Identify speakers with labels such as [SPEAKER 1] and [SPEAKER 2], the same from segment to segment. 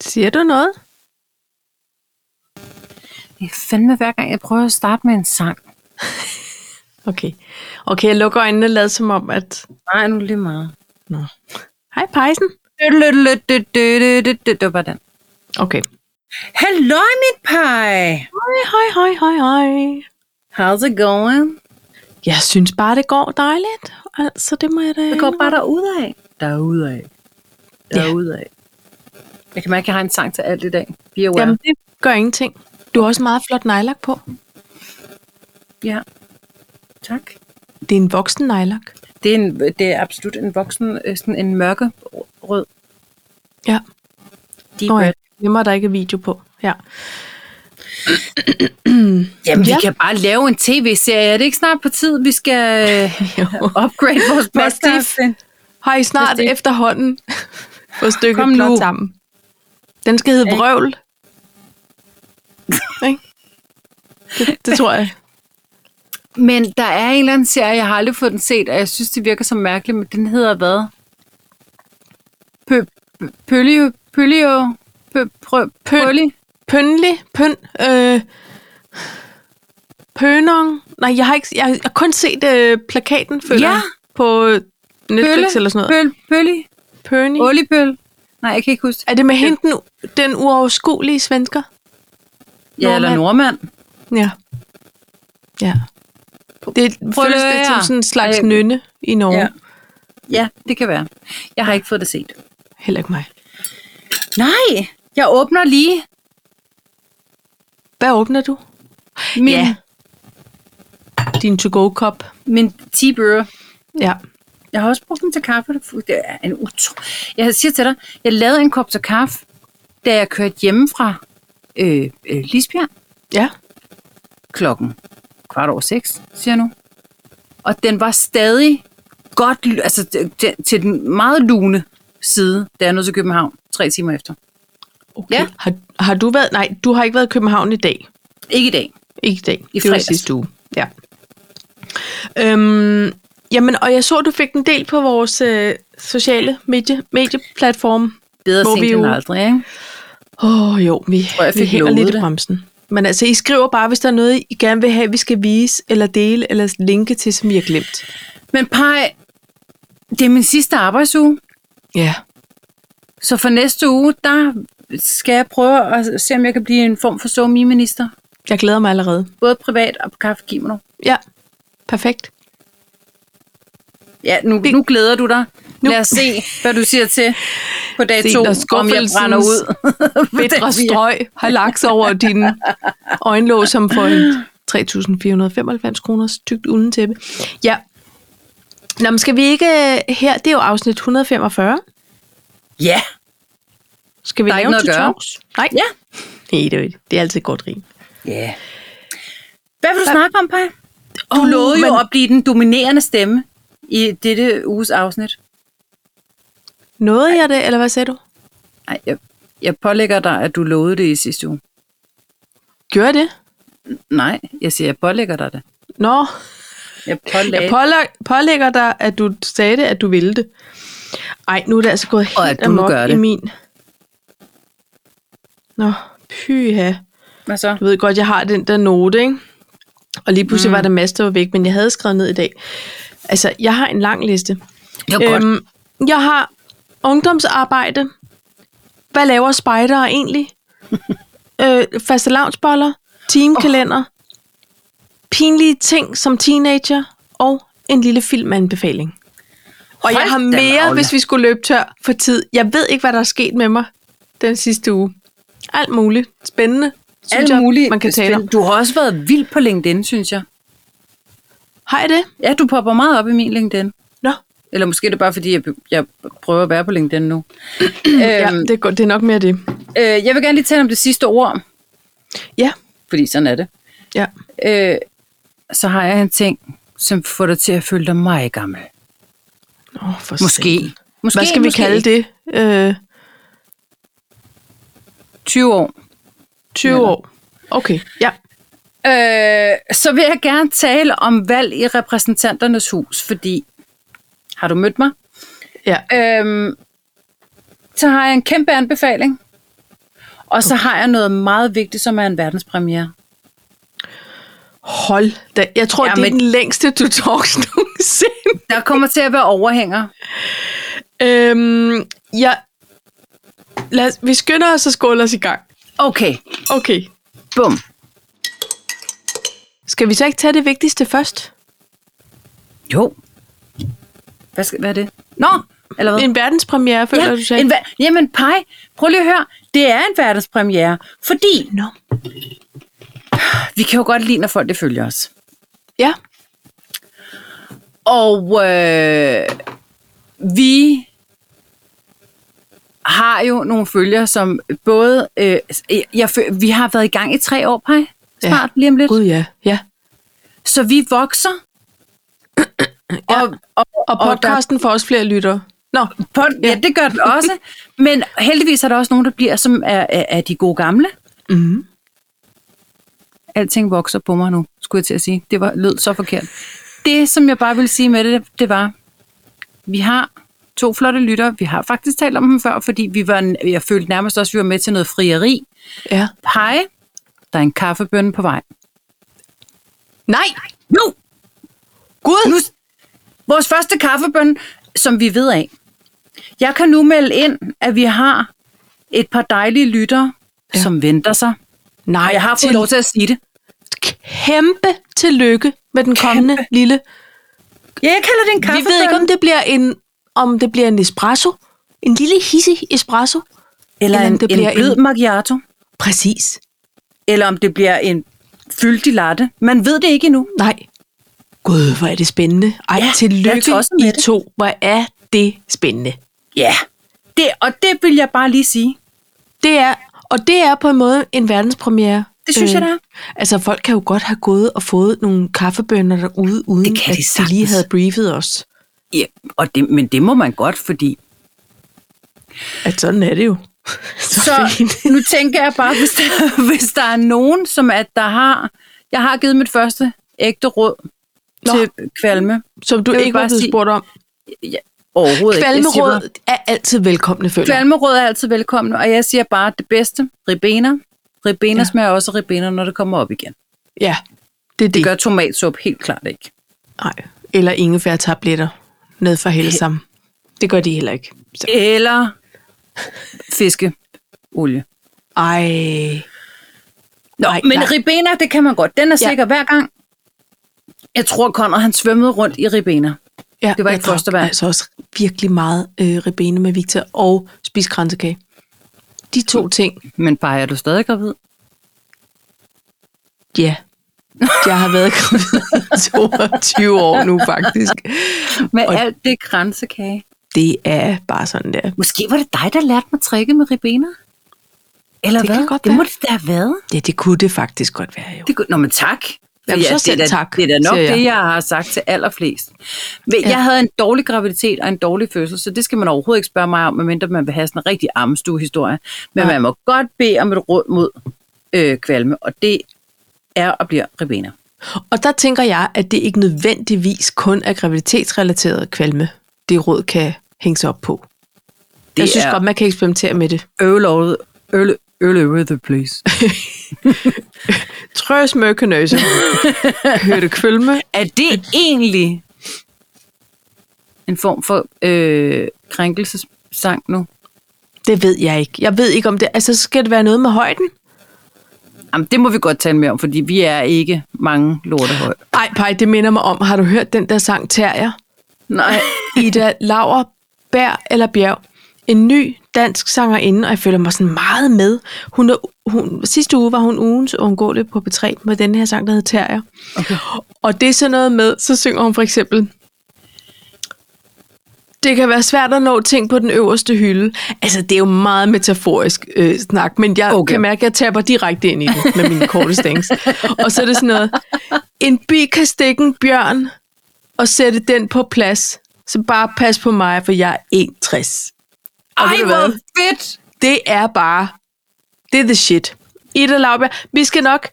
[SPEAKER 1] Siger du noget?
[SPEAKER 2] Det er fandme hver gang, jeg prøver at starte med en sang.
[SPEAKER 1] Okay. Okay, jeg lukker øjnene og lader som om, at...
[SPEAKER 2] Nej, nu er det lige meget.
[SPEAKER 1] Hej, pejsen.
[SPEAKER 2] Det var bare den.
[SPEAKER 1] Okay.
[SPEAKER 2] Hello, mit pie.
[SPEAKER 1] Hej, hej, hej, hej, hej.
[SPEAKER 2] How's it going?
[SPEAKER 1] Jeg synes bare, det går dejligt. Altså, det må jeg da...
[SPEAKER 2] Det går bare derudad. Derudad. Derudad. Jeg kan mærke, at jeg har en sang til alt i dag. Be aware.
[SPEAKER 1] Jamen, det gør ingenting. Du har også meget flot nejlak på.
[SPEAKER 2] ja. Tak.
[SPEAKER 1] Det er en voksen nejlak.
[SPEAKER 2] Det er, en, det er absolut en voksen, øh, sådan en mørke rød.
[SPEAKER 1] Ja.
[SPEAKER 2] Deep
[SPEAKER 1] Nå
[SPEAKER 2] oh,
[SPEAKER 1] ja,
[SPEAKER 2] ja.
[SPEAKER 1] det må der ikke er video på. Ja.
[SPEAKER 2] Jamen,
[SPEAKER 1] Ja.
[SPEAKER 2] vi kan bare lave en tv-serie. Er det ikke snart på tid, vi skal øh,
[SPEAKER 1] Jo.
[SPEAKER 2] upgrade vores
[SPEAKER 1] Hvad, Steve?
[SPEAKER 2] podcast?
[SPEAKER 1] Har I snart
[SPEAKER 2] Hvis det-
[SPEAKER 1] efterhånden fået stykket
[SPEAKER 2] Kom
[SPEAKER 1] Kom plot
[SPEAKER 2] nu.
[SPEAKER 1] sammen? Den skal hedde
[SPEAKER 2] Ja.
[SPEAKER 1] Vrøvl. Ikke? det, det tror jeg.
[SPEAKER 2] Men der er en eller anden serie, jeg har aldrig fået den set, og jeg synes, det virker så mærkeligt, men den hedder hvad? Pø, pø, pølio, pølio, pø, prø, pøli.
[SPEAKER 1] Pønlig, pøn, øh, pønong. Nej, jeg har, ikke, jeg har kun set øh, plakaten, føler
[SPEAKER 2] Ja.
[SPEAKER 1] jeg, på øh, Netflix
[SPEAKER 2] Pølle,
[SPEAKER 1] eller sådan noget.
[SPEAKER 2] Pøl, pøli,
[SPEAKER 1] Pønning.
[SPEAKER 2] olipøl. Nej, jeg kan ikke huske det.
[SPEAKER 1] Er det med hende, den, den uoverskuelige svensker?
[SPEAKER 2] Ja, eller nordmand.
[SPEAKER 1] Ja. Ja. Det føles lidt som
[SPEAKER 2] her.
[SPEAKER 1] sådan en slags
[SPEAKER 2] Ej.
[SPEAKER 1] nynne i Norge.
[SPEAKER 2] Ja. Ja, det kan være. Jeg har ikke fået det set.
[SPEAKER 1] Heller ikke mig.
[SPEAKER 2] Nej, jeg åbner lige
[SPEAKER 1] Hvad åbner du?
[SPEAKER 2] min,
[SPEAKER 1] Ja.
[SPEAKER 2] ja.
[SPEAKER 1] Din to-go-kop.
[SPEAKER 2] min tea brewer.
[SPEAKER 1] Ja.
[SPEAKER 2] Jeg har også brugt den til kaffe. Det er en utro. Jeg siger til dig, jeg lavede en kop til kaffe, da jeg kørte hjemme fra øh, øh, Lisbjerg
[SPEAKER 1] Ja.
[SPEAKER 2] klokken kvart over seks, siger jeg nu. Og den var stadig godt, l- altså t- t- til den meget lune side, da jeg nåede til København tre timer efter.
[SPEAKER 1] Okay.
[SPEAKER 2] Ja.
[SPEAKER 1] Har, har du været... Nej, du har ikke været i København i dag.
[SPEAKER 2] Ikke i dag.
[SPEAKER 1] Ikke i dag.
[SPEAKER 2] I
[SPEAKER 1] det var
[SPEAKER 2] fredags.
[SPEAKER 1] sidste uge. Ja. Øhm, jamen, og jeg så, du fik en del på vores øh, sociale medie, medieplatform.
[SPEAKER 2] Bedre
[SPEAKER 1] Må vi
[SPEAKER 2] sent end
[SPEAKER 1] jo-
[SPEAKER 2] aldrig, ikke?
[SPEAKER 1] Åh oh, jo, vi,
[SPEAKER 2] tror, jeg
[SPEAKER 1] vi
[SPEAKER 2] fik
[SPEAKER 1] hænger
[SPEAKER 2] lovet
[SPEAKER 1] lidt i
[SPEAKER 2] det.
[SPEAKER 1] bremsen. Men altså, I skriver bare, hvis der er noget, I gerne vil have, vi skal vise, eller dele, eller linke til, som I har glemt.
[SPEAKER 2] Men Paj, det er min sidste arbejdsuge.
[SPEAKER 1] Ja.
[SPEAKER 2] Så for næste uge, der skal jeg prøve at se, om jeg kan blive en form for somi-minister.
[SPEAKER 1] Jeg glæder mig allerede.
[SPEAKER 2] Både privat og på Kaffe Kimono.
[SPEAKER 1] Ja, perfekt.
[SPEAKER 2] Ja, nu, nu glæder du dig. Nu. Lad os se, hvad du siger til på dag
[SPEAKER 1] Se,
[SPEAKER 2] to,
[SPEAKER 1] når
[SPEAKER 2] om jeg brænder
[SPEAKER 1] skuffelsens
[SPEAKER 2] ud. På den
[SPEAKER 1] Bedre
[SPEAKER 2] via.
[SPEAKER 1] strøg har lagt sig over dine øjenlåg, som for en 3.495 kroners tykt uldentæppe. Ja. Nå, men skal vi ikke øh, her, det er jo afsnit 145.
[SPEAKER 2] Ja.
[SPEAKER 1] Skal vi
[SPEAKER 2] Der er
[SPEAKER 1] lave
[SPEAKER 2] ikke noget
[SPEAKER 1] en
[SPEAKER 2] at gøre.
[SPEAKER 1] tutorials? Nej.
[SPEAKER 2] Ja.
[SPEAKER 1] Nej, det er, jo- det er altid et godt rim.
[SPEAKER 2] Ja. Hvad vil du snakke om, Paj? Du
[SPEAKER 1] Åh,
[SPEAKER 2] lovede jo
[SPEAKER 1] men-
[SPEAKER 2] at blive den dominerende stemme i dette uges afsnit.
[SPEAKER 1] Nåede jeg det, eller hvad sagde du?
[SPEAKER 2] Nej, jeg, jeg pålægger dig, at du lovede det i sidste uge.
[SPEAKER 1] Gjorde jeg det?
[SPEAKER 2] Nej, jeg siger, jeg pålægger dig det.
[SPEAKER 1] Nå,
[SPEAKER 2] Jeg pålægger.
[SPEAKER 1] jeg pålæg, pålægger dig, at du sagde det, at du ville det. Ej, nu er det altså gået
[SPEAKER 2] Og at
[SPEAKER 1] helt
[SPEAKER 2] du nu
[SPEAKER 1] amok
[SPEAKER 2] gør
[SPEAKER 1] i
[SPEAKER 2] det.
[SPEAKER 1] min... Nå, pyha.
[SPEAKER 2] Hvad så?
[SPEAKER 1] Du ved godt, jeg har den der note, ikke? Og lige pludselig mm. var der masser, der var væk, men jeg havde skrevet ned i dag. Altså, jeg har en lang liste.
[SPEAKER 2] Det var godt.
[SPEAKER 1] Øhm, jeg har ungdomsarbejde. Hvad laver spejdere egentlig? øh, faste lavnsboller, teamkalender, oh. pinlige ting som teenager og en lille filmanbefaling. Og jeg
[SPEAKER 2] Hold
[SPEAKER 1] har
[SPEAKER 2] da
[SPEAKER 1] mere,
[SPEAKER 2] magle.
[SPEAKER 1] hvis vi skulle løbe tør for tid. Jeg ved ikke, hvad der er sket med mig den sidste uge. Alt muligt. Spændende. Synes jeg, man kan tale om.
[SPEAKER 2] Du har også været vild på LinkedIn, synes jeg.
[SPEAKER 1] Har jeg det?
[SPEAKER 2] Ja, du popper meget op i min LinkedIn.
[SPEAKER 1] Nå,
[SPEAKER 2] Eller måske er det bare, fordi jeg, jeg prøver at være på LinkedIn nu. øhm,
[SPEAKER 1] ja, det, er, godt- det er nok mere det.
[SPEAKER 2] øh, jeg vil gerne lige tale om det sidste ord,
[SPEAKER 1] Ja,
[SPEAKER 2] fordi sådan er det.
[SPEAKER 1] ja.
[SPEAKER 2] Øh, så har jeg en ting, som får dig til at føle dig meget gammel.
[SPEAKER 1] Oh, for satan.
[SPEAKER 2] Måske. måske
[SPEAKER 1] Hvad skal vi
[SPEAKER 2] måske
[SPEAKER 1] kalde
[SPEAKER 2] ikke.
[SPEAKER 1] det? Øh,
[SPEAKER 2] 20 år.
[SPEAKER 1] 20 år. Okay, ja.
[SPEAKER 2] Øh, så vil jeg gerne tale om valg i repræsentanternes hus, fordi... Har du mødt mig?
[SPEAKER 1] ja.
[SPEAKER 2] Øhm, så har jeg en kæmpe anbefaling Og så har jeg noget meget vigtigt, som er en verdenspremiere.
[SPEAKER 1] Hold da. Jeg tror, ja,
[SPEAKER 2] Ja,
[SPEAKER 1] det er
[SPEAKER 2] men-
[SPEAKER 1] den længste du talks nogensinde.
[SPEAKER 2] Der kommer til at være overhænger.
[SPEAKER 1] Øhm, ja. Lad os, vi skynder os og skåler os i gang.
[SPEAKER 2] Okay,
[SPEAKER 1] Okay.
[SPEAKER 2] bum.
[SPEAKER 1] Skal vi så ikke tage det vigtigste først?
[SPEAKER 2] Jo. Hvad, skal, hvad er det? Nå, eller hvad?
[SPEAKER 1] En verdenspremiere, føler du
[SPEAKER 2] ja,
[SPEAKER 1] sagde.
[SPEAKER 2] en, ver- jamen, pej, prøv lige at høre. Det er en verdenspremiere, fordi
[SPEAKER 1] Nå.
[SPEAKER 2] vi kan jo godt lide, når folk det følger os.
[SPEAKER 1] Ja.
[SPEAKER 2] Og øh, vi har jo nogle følger, som både... Øh, jeg, fø- vi har været i gang i tre år, Paj. Snart, ja. lige om lidt.
[SPEAKER 1] Gud ja. Ja.
[SPEAKER 2] Så vi vokser. ja. og, og,
[SPEAKER 1] Og podcasten får også flere lyttere. Nå.
[SPEAKER 2] Pod, ja. ja, det gør den også. Men heldigvis er der også nogen, der bliver, som er, er, er de gode gamle.
[SPEAKER 1] Mm.
[SPEAKER 2] Alting vokser på mig nu, skulle jeg til at sige. Det var lød så forkert. Det, som jeg bare ville sige med det, det var, vi har to flotte lytter. Vi har faktisk talt om dem før, fordi vi var, jeg følte nærmest også, at vi var med til noget frieri.
[SPEAKER 1] Ja.
[SPEAKER 2] Hej, der er en kaffebønne på vej.
[SPEAKER 1] Nej!
[SPEAKER 2] Nu!
[SPEAKER 1] Gud!
[SPEAKER 2] nu vores første kaffebøn, som vi ved af. Jeg kan nu melde ind, at vi har et par dejlige lyttere, ja. som venter sig.
[SPEAKER 1] Nej,
[SPEAKER 2] Og jeg har fået lov til at sige det.
[SPEAKER 1] kæmpe tillykke med den kommende kæmpe. lille.
[SPEAKER 2] Ja, jeg kalder det en
[SPEAKER 1] Vi ved ikke, om det bliver en, om det bliver en espresso. En lille hissig espresso.
[SPEAKER 2] eller,
[SPEAKER 1] eller
[SPEAKER 2] en,
[SPEAKER 1] om det
[SPEAKER 2] det en
[SPEAKER 1] bliver
[SPEAKER 2] blød en... macchiato,
[SPEAKER 1] Præcis.
[SPEAKER 2] eller om det bliver en fyldig latte. Man ved det ikke endnu.
[SPEAKER 1] Nej. Gud, hvor er det spændende. Ej,
[SPEAKER 2] Ja,
[SPEAKER 1] ja,
[SPEAKER 2] jeg
[SPEAKER 1] tillykke
[SPEAKER 2] er tosset
[SPEAKER 1] I
[SPEAKER 2] med det.
[SPEAKER 1] to. Hvor er det spændende.
[SPEAKER 2] Ja, det, og det vil jeg bare lige sige.
[SPEAKER 1] Det er, og det er på en måde en verdenspremiere.
[SPEAKER 2] Det synes jeg, det er.
[SPEAKER 1] Altså, folk kan jo godt have gået og fået nogle kaffebønner derude, uden
[SPEAKER 2] Det kan
[SPEAKER 1] at de
[SPEAKER 2] de
[SPEAKER 1] lige
[SPEAKER 2] sagtens.
[SPEAKER 1] havde briefet os.
[SPEAKER 2] Ja, og det, men det må man godt, fordi...
[SPEAKER 1] At sådan er det jo. Så,
[SPEAKER 2] Så
[SPEAKER 1] fint.
[SPEAKER 2] nu tænker jeg bare, hvis der, hvis der er nogen, som at der har... Jeg har givet mit første ægte råd Nå.
[SPEAKER 1] Nå.
[SPEAKER 2] til kvalme.
[SPEAKER 1] Som du
[SPEAKER 2] Jeg vil
[SPEAKER 1] ikke var
[SPEAKER 2] bare
[SPEAKER 1] blevet
[SPEAKER 2] sige-
[SPEAKER 1] spurgt om.
[SPEAKER 2] Ja, overhovedet ikke. Jeg siger bare-
[SPEAKER 1] Kvalmeråd er altid velkomne, føler jeg.
[SPEAKER 2] Kvalmeråd er altid velkommen, og jeg siger bare det bedste. Ribener. Ribener
[SPEAKER 1] Ja.
[SPEAKER 2] ja. smager også af ribener, når det kommer op igen.
[SPEAKER 1] Ja, det er det.
[SPEAKER 2] Det gør tomatsup helt klart ikke.
[SPEAKER 1] Nej. Eller ingefærtabletter ned fra Helsam. Det gør de heller ikke. Så.
[SPEAKER 2] Eller fiskeolie.
[SPEAKER 1] Ej.
[SPEAKER 2] Nå,
[SPEAKER 1] Nej,
[SPEAKER 2] Ej, men
[SPEAKER 1] nej.
[SPEAKER 2] nej. ribener, det kan man godt. Den er
[SPEAKER 1] Ja.
[SPEAKER 2] sikker hver gang. Jeg tror, Conrad, han svømmede rundt i ribener.
[SPEAKER 1] Ja,
[SPEAKER 2] Det var
[SPEAKER 1] jeg
[SPEAKER 2] ikke
[SPEAKER 1] drak
[SPEAKER 2] første valg.
[SPEAKER 1] altså også virkelig meget øh, ribene med Victor og spis kransekage. De to ting,
[SPEAKER 2] Men bare er du stadig gravid?
[SPEAKER 1] ja. Jeg har været gravid i 22 år nu, faktisk.
[SPEAKER 2] Med
[SPEAKER 1] Og-
[SPEAKER 2] og... alt det kransekage.
[SPEAKER 1] Det er bare sådan der.
[SPEAKER 2] Måske var det dig, der lærte mig tricket med ribener? Eller
[SPEAKER 1] Det
[SPEAKER 2] hvad?
[SPEAKER 1] kan godt
[SPEAKER 2] det
[SPEAKER 1] være.
[SPEAKER 2] må det da have været.
[SPEAKER 1] Ja, det kunne det faktisk godt være, jo.
[SPEAKER 2] Det kunne, nå, men tak.
[SPEAKER 1] Jamen,
[SPEAKER 2] Ja,
[SPEAKER 1] så
[SPEAKER 2] det, er
[SPEAKER 1] selv
[SPEAKER 2] da,
[SPEAKER 1] tak,
[SPEAKER 2] det er da nok
[SPEAKER 1] siger jeg.
[SPEAKER 2] det, jeg har sagt til allerflest. Men
[SPEAKER 1] Ja.
[SPEAKER 2] ja. Jeg havde en dårlig graviditet og en dårlig fødsel, så det skal man overhovedet ikke spørge mig om, medmindre man vil have sådan en rigtig armstue-historie. Men
[SPEAKER 1] Nej.
[SPEAKER 2] man må godt bede om et råd mod øh, kvalme, og det er og bliver ribena.
[SPEAKER 1] Og der tænker jeg, at det ikke nødvendigvis kun er graviditetsrelateret kvalme, det råd kan hænge sig op på. Det jeg synes
[SPEAKER 2] er-
[SPEAKER 1] godt, man kan eksperimentere med det.
[SPEAKER 2] Øl over, øl, øl over the place.
[SPEAKER 1] Trøs mørkenøse. Hørte kvalme.
[SPEAKER 2] Er det egentlig en form for øh, krænkelsesang nu?
[SPEAKER 1] Det ved jeg ikke. Jeg ved ikke om det... Altså, så skal det være noget med højden?
[SPEAKER 2] Jamen, det må vi godt tale mere om, fordi vi er ikke mange lortehøj.
[SPEAKER 1] Ej, pej, det minder mig om. Har du hørt den der sang Terrier?
[SPEAKER 2] Nej.
[SPEAKER 1] Ida Lauer, Bær eller Bjerg. En ny dansk sangerinde, og jeg føler mig sådan meget med. Hun er, hun, sidste uge var hun ugens uundgåelig på B3 med den her sang, der hedder Terrier.
[SPEAKER 2] Okay.
[SPEAKER 1] Og det er sådan noget med, så synger hun for eksempel, det kan være svært at nå ting på den øverste hylde. Altså, det er jo meget metaforisk øh, snak, men jeg okay.
[SPEAKER 2] Okay.
[SPEAKER 1] kan mærke, at jeg taber direkte ind i det med mine korte stængs. og så er det sådan noget, en bi kan stikke en bjørn og sætte den på plads. Så bare pas på mig, for jeg er 61. Og ved
[SPEAKER 2] Ej,
[SPEAKER 1] du
[SPEAKER 2] hvor
[SPEAKER 1] hvad?
[SPEAKER 2] fedt!
[SPEAKER 1] Det er bare, det er the shit. Ida Laubjerg, vi skal nok,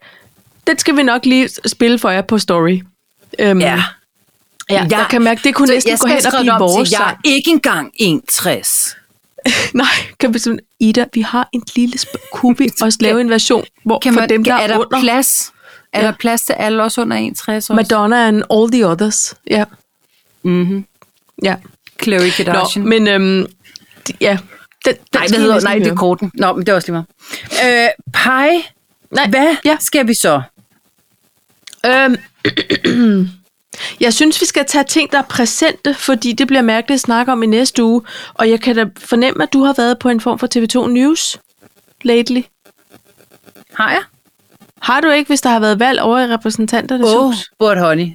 [SPEAKER 1] den skal vi nok lige spille for jer på story. Øhm, Ja, jeg, jeg kan mærke, det kunne
[SPEAKER 2] Så
[SPEAKER 1] næsten
[SPEAKER 2] jeg
[SPEAKER 1] gå
[SPEAKER 2] skal
[SPEAKER 1] hen og
[SPEAKER 2] skrive
[SPEAKER 1] blive
[SPEAKER 2] det om til,
[SPEAKER 1] vores
[SPEAKER 2] Jeg
[SPEAKER 1] sang.
[SPEAKER 2] er ikke engang 61.
[SPEAKER 1] Nej, kan vi simpelthen... Ida, vi har en lille... Sp- kunne vi også lave en version, hvor
[SPEAKER 2] Kan
[SPEAKER 1] for
[SPEAKER 2] man,
[SPEAKER 1] dem, der
[SPEAKER 2] er
[SPEAKER 1] er,
[SPEAKER 2] der
[SPEAKER 1] under...
[SPEAKER 2] plads? Er
[SPEAKER 1] Ja.
[SPEAKER 2] der plads til alle os under 61 også?
[SPEAKER 1] Madonna and all the others. Ja,
[SPEAKER 2] Mm-hmm.
[SPEAKER 1] ja.
[SPEAKER 2] Chloe
[SPEAKER 1] Nå,
[SPEAKER 2] Kardashian.
[SPEAKER 1] men øhm, d- ja. Den, den
[SPEAKER 2] nej,
[SPEAKER 1] skal
[SPEAKER 2] det
[SPEAKER 1] I
[SPEAKER 2] hedder,
[SPEAKER 1] næsten
[SPEAKER 2] nej, det er
[SPEAKER 1] høre.
[SPEAKER 2] korten. Nå, men det er også lige meget. Øh, pie,
[SPEAKER 1] Nej,
[SPEAKER 2] hvad
[SPEAKER 1] Ja.
[SPEAKER 2] ja. skal vi så?
[SPEAKER 1] Øhm, jeg synes, vi skal tage ting, der er præsente, fordi det bliver mærkeligt at snakke om i næste uge. Og jeg kan da fornemme, at du har været på en form for TV2 News lately.
[SPEAKER 2] Har jeg?
[SPEAKER 1] Har du ikke, hvis der har været valg over i repræsentanternes
[SPEAKER 2] Åh, oh,
[SPEAKER 1] hus?
[SPEAKER 2] but honey.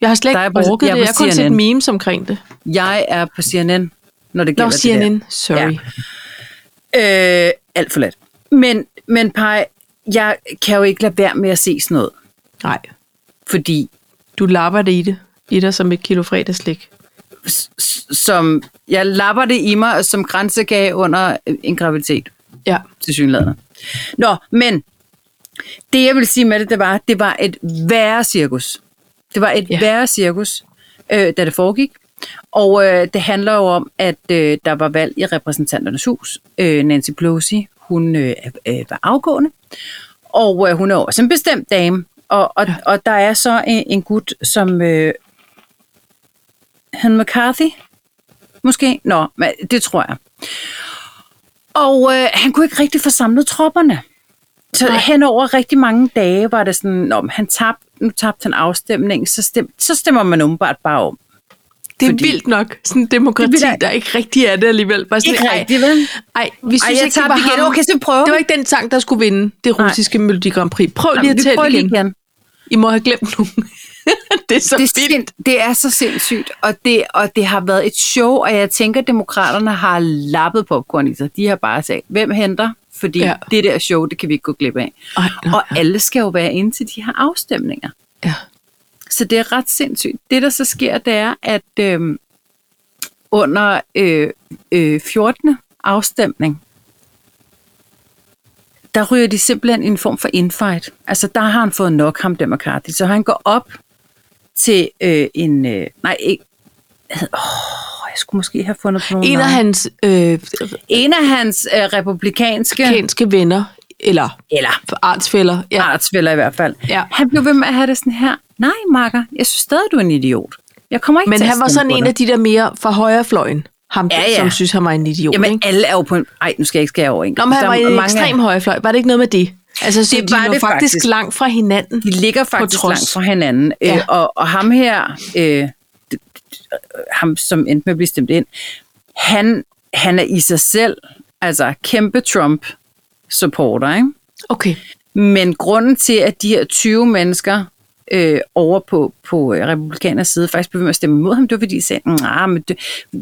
[SPEAKER 1] Jeg har slet
[SPEAKER 2] der er
[SPEAKER 1] ikke
[SPEAKER 2] på-
[SPEAKER 1] orket
[SPEAKER 2] jeg er
[SPEAKER 1] det.
[SPEAKER 2] på
[SPEAKER 1] Jeg har kun set
[SPEAKER 2] CNN.
[SPEAKER 1] memes omkring det.
[SPEAKER 2] Jeg er på CNN, når det
[SPEAKER 1] Nå,
[SPEAKER 2] gælder det der.
[SPEAKER 1] CNN. Sorry.
[SPEAKER 2] Ja. Øh, alt for let. Men, men Paj, jeg kan jo ikke lade være med at se sådan noget,
[SPEAKER 1] Nej,
[SPEAKER 2] fordi
[SPEAKER 1] du lapper det i det. I dig som et kilo fredagslik.
[SPEAKER 2] s- s- som jeg lapper det i mig, som grænsegage under en graviditet,
[SPEAKER 1] Ja.
[SPEAKER 2] til synligheden. Nå, men det jeg vil sige med det, det var, det var et værre cirkus. Det var et
[SPEAKER 1] Ja.
[SPEAKER 2] ja. værre cirkus, øh, da det foregik. Og øh, det handler jo om, at øh, der var valg i repræsentanternes hus. Øh, Nancy Pelosi, hun øh, øh, var afgående, og øh, hun er også en bestemt dame. Og, og, ja. og der er så en, en gut, som øh, han McCarthy, måske? Nå, men det tror jeg. Og øh, han kunne ikke rigtig få samlet tropperne. Så
[SPEAKER 1] Nej.
[SPEAKER 2] hen over rigtig mange dage var det sådan, Nå, men han tabte, nu tabte han afstemningen, så, stem, så stemmer man umiddelbart bare om.
[SPEAKER 1] Det er
[SPEAKER 2] Fordi-
[SPEAKER 1] vildt nok. Sådan en demokrati,
[SPEAKER 2] Det er vildt-
[SPEAKER 1] der ikke rigtig er det alligevel. Bare sådan,
[SPEAKER 2] Ikke
[SPEAKER 1] ej,
[SPEAKER 2] rigtigt, vel?
[SPEAKER 1] Ej, vi synes
[SPEAKER 2] Ej, jeg
[SPEAKER 1] ikke, det
[SPEAKER 2] tabte
[SPEAKER 1] var
[SPEAKER 2] igen.
[SPEAKER 1] ham.
[SPEAKER 2] Okay, så prøver
[SPEAKER 1] Det var
[SPEAKER 2] vi.
[SPEAKER 1] ikke den sang, der skulle vinde det
[SPEAKER 2] Nej.
[SPEAKER 1] russiske Melodi Grand Prix. Prøv lige at
[SPEAKER 2] Vi
[SPEAKER 1] tælle
[SPEAKER 2] prøver
[SPEAKER 1] igen.
[SPEAKER 2] igen.
[SPEAKER 1] I må have glemt nogen. det er så
[SPEAKER 2] Det
[SPEAKER 1] det
[SPEAKER 2] er,
[SPEAKER 1] vildt.
[SPEAKER 2] sind, det er så sindssygt, og det, og det har været et show, og jeg tænker, at demokraterne har lappet popcorn i sig. De har bare sagt, hvem henter? Fordi
[SPEAKER 1] Ja.
[SPEAKER 2] ja. det der show, det kan vi ikke gå glip af.
[SPEAKER 1] Ej, nej,
[SPEAKER 2] Og alle skal jo være inde til de her afstemninger.
[SPEAKER 1] Ja.
[SPEAKER 2] Så det er ret sindssygt. Det, der så sker, det er, at øh, under øh, øh, 14. afstemning, der ryger de simpelthen i en form for infight. Altså, der har han fået nok ham, der McCarthy. Så han går op til øh, en... Øh, nej, ikke... Åh, jeg skulle måske have fundet på nogle
[SPEAKER 1] En af
[SPEAKER 2] navne.
[SPEAKER 1] hans øh,
[SPEAKER 2] en af hans øh, republikanske...
[SPEAKER 1] kenske venner, eller
[SPEAKER 2] Eller
[SPEAKER 1] artsfælder, ja,
[SPEAKER 2] ja. artsfælder i hvert fald.
[SPEAKER 1] Ja.
[SPEAKER 2] Han blev ved med at have det sådan her. Nej, Marker, jeg synes stadig, du er en idiot. Jeg kommer ikke
[SPEAKER 1] men
[SPEAKER 2] til at
[SPEAKER 1] han var
[SPEAKER 2] stemme
[SPEAKER 1] sådan
[SPEAKER 2] på
[SPEAKER 1] en
[SPEAKER 2] dig."
[SPEAKER 1] af de der mere fra højrefløjen. Ham, ja,
[SPEAKER 2] Ja,
[SPEAKER 1] ja.
[SPEAKER 2] ja.
[SPEAKER 1] som synes, han var en idiot.
[SPEAKER 2] Jamen,
[SPEAKER 1] ikke?
[SPEAKER 2] alle er jo på en... Ej, nu skal jeg ikke skære over en.
[SPEAKER 1] Nå, men han
[SPEAKER 2] Der
[SPEAKER 1] var
[SPEAKER 2] er
[SPEAKER 1] i en
[SPEAKER 2] mange af-
[SPEAKER 1] ekstrem højrefløj. Var det ikke noget med det? Altså, så
[SPEAKER 2] Det
[SPEAKER 1] de
[SPEAKER 2] var
[SPEAKER 1] lå
[SPEAKER 2] det
[SPEAKER 1] faktisk,
[SPEAKER 2] faktisk.
[SPEAKER 1] langt fra hinanden.
[SPEAKER 2] De ligger faktisk
[SPEAKER 1] trods.
[SPEAKER 2] langt fra hinanden.
[SPEAKER 1] Ja.
[SPEAKER 2] Øh, og, og ham her, øh, d- d- ham som endte med at blive stemt ind, han, han er i sig selv altså kæmpe Trump-supporter, ikke?
[SPEAKER 1] Okay.
[SPEAKER 2] Men grunden til, at de her 20 mennesker øh, over på, på øh, republikanernes side faktisk begyndte at stemme imod ham, det var fordi, de sagde, nah, men du,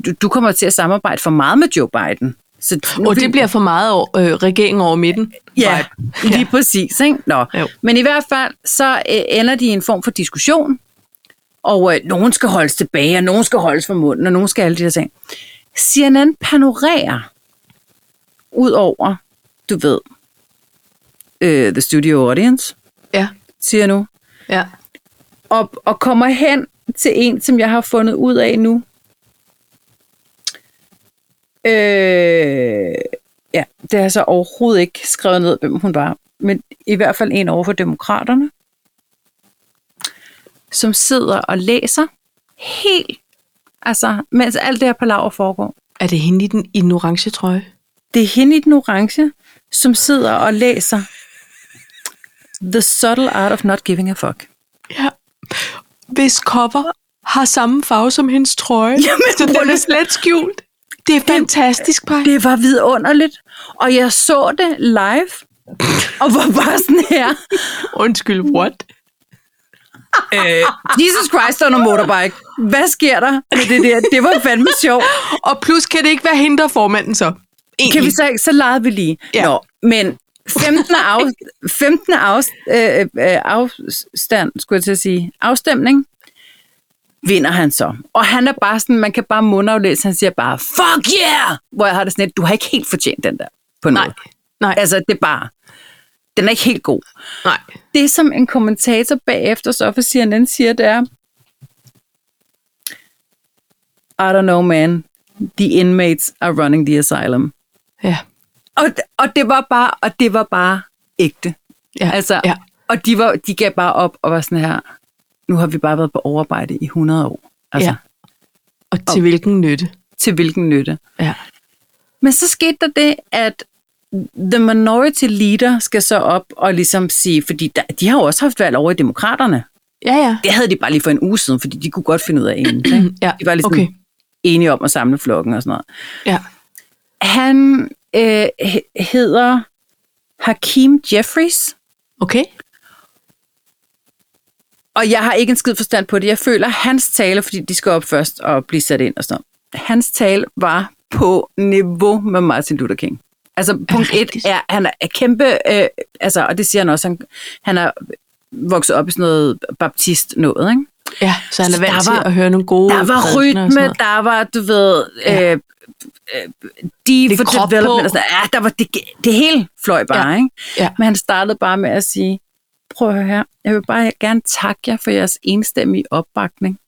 [SPEAKER 2] du, du kommer til at samarbejde for meget med Joe Biden. Så nu
[SPEAKER 1] Og
[SPEAKER 2] vil-
[SPEAKER 1] det bliver for meget over, øh, regeringen over midten.
[SPEAKER 2] Ja,
[SPEAKER 1] Vibe.
[SPEAKER 2] lige præcis. Ikke? Nå.
[SPEAKER 1] Jo.
[SPEAKER 2] Men i hvert fald, så øh, ender de i en form for diskussion, og øh, nogen skal holdes tilbage, og nogen skal holdes for munden, og nogen skal alle de her ting. CNN panorerer ud over, du ved, øh, The Studio Audience,
[SPEAKER 1] Ja,
[SPEAKER 2] siger nu,
[SPEAKER 1] ja.
[SPEAKER 2] og, og kommer hen til en, som jeg har fundet ud af nu. Øh, ja, det er altså overhovedet ikke skrevet ned, hvem hun var, men i hvert fald en over for demokraterne, som sidder og læser helt, altså mens alt det her palaver foregår.
[SPEAKER 1] Er det hende i den, i den orange trøje?
[SPEAKER 2] Det er hende i den orange, som sidder og læser The Subtle Art of Not Giving a Fuck.
[SPEAKER 1] Ja. Hvis cover har samme farve som hendes trøje, Jamen, så den er slet skjult. Det er fantastisk, Paj.
[SPEAKER 2] Det var vidunderligt. Og jeg så det live. Og var bare sådan her.
[SPEAKER 1] Undskyld, what?
[SPEAKER 2] Øh, Jesus Christ on a motorbike. Hvad sker der med det der? Det var fandme sjovt.
[SPEAKER 1] Og plus kan det ikke være hende, der er formanden så.
[SPEAKER 2] Kan vi
[SPEAKER 1] Egentlig.
[SPEAKER 2] så, så legede vi lige.
[SPEAKER 1] Ja.
[SPEAKER 2] Nå, men 15. Af, 15. Af, øh, øh, afstand, skulle jeg til at sige, afstemning, vinder han så. Og han er bare sådan, man kan bare mundaflæse, han siger bare, fuck yeah! Hvor jeg har det sådan lidt, du har ikke helt fortjent den der, på noget.
[SPEAKER 1] Nej, nej,
[SPEAKER 2] Altså, det er bare, den er ikke helt god.
[SPEAKER 1] nej.
[SPEAKER 2] det, som en kommentator bagefter så for CNN siger, det er, I don't know, man. The inmates are running the asylum.
[SPEAKER 1] Ja.
[SPEAKER 2] Og, og det var bare, og det var bare ægte.
[SPEAKER 1] ja.
[SPEAKER 2] Altså,
[SPEAKER 1] ja.
[SPEAKER 2] Og de, var, de gav bare op og var sådan her, nu har vi bare været på overarbejde i 100 år. Altså,
[SPEAKER 1] Ja. Og til hvilken nytte?
[SPEAKER 2] til hvilken nytte?
[SPEAKER 1] Ja.
[SPEAKER 2] Men så skete der det, at the minority leader skal så op og ligesom sige, fordi der, de har jo også haft valg over i demokraterne.
[SPEAKER 1] Ja, ja.
[SPEAKER 2] Det havde de bare lige for en uge siden, fordi de kunne godt finde ud af en. ikke?
[SPEAKER 1] Ja,
[SPEAKER 2] De var ligesom
[SPEAKER 1] okay.
[SPEAKER 2] okay. enige om at samle flokken og sådan noget.
[SPEAKER 1] Ja.
[SPEAKER 2] Han øh, he- hedder Hakim Jeffries,
[SPEAKER 1] Okay.
[SPEAKER 2] og jeg har ikke en skid forstand på det. Jeg føler, hans tale, fordi de skal op først og blive sat ind og sådan noget. Hans tale var på niveau med Martin Luther King. Altså punkt et
[SPEAKER 1] rigtigt?
[SPEAKER 2] er, han er kæmpe, øh, altså, og det siger han også, han, han er vokset op i sådan noget baptist noget, ikke?
[SPEAKER 1] Ja, så han er
[SPEAKER 2] Så
[SPEAKER 1] vant
[SPEAKER 2] der
[SPEAKER 1] til
[SPEAKER 2] var-
[SPEAKER 1] at høre nogle gode...
[SPEAKER 2] Der var
[SPEAKER 1] prædikener og sådan
[SPEAKER 2] rytme,
[SPEAKER 1] noget.
[SPEAKER 2] der var, du ved, øh, øh, de
[SPEAKER 1] Lidt
[SPEAKER 2] for
[SPEAKER 1] krop på.
[SPEAKER 2] development, altså, ja, der var det, det hele fløj bare,
[SPEAKER 1] Ja.
[SPEAKER 2] ja. ikke?
[SPEAKER 1] Ja.
[SPEAKER 2] Men han startede bare med at sige, prøv at høre her, jeg vil bare gerne takke jer for jeres enstemmige opbakning.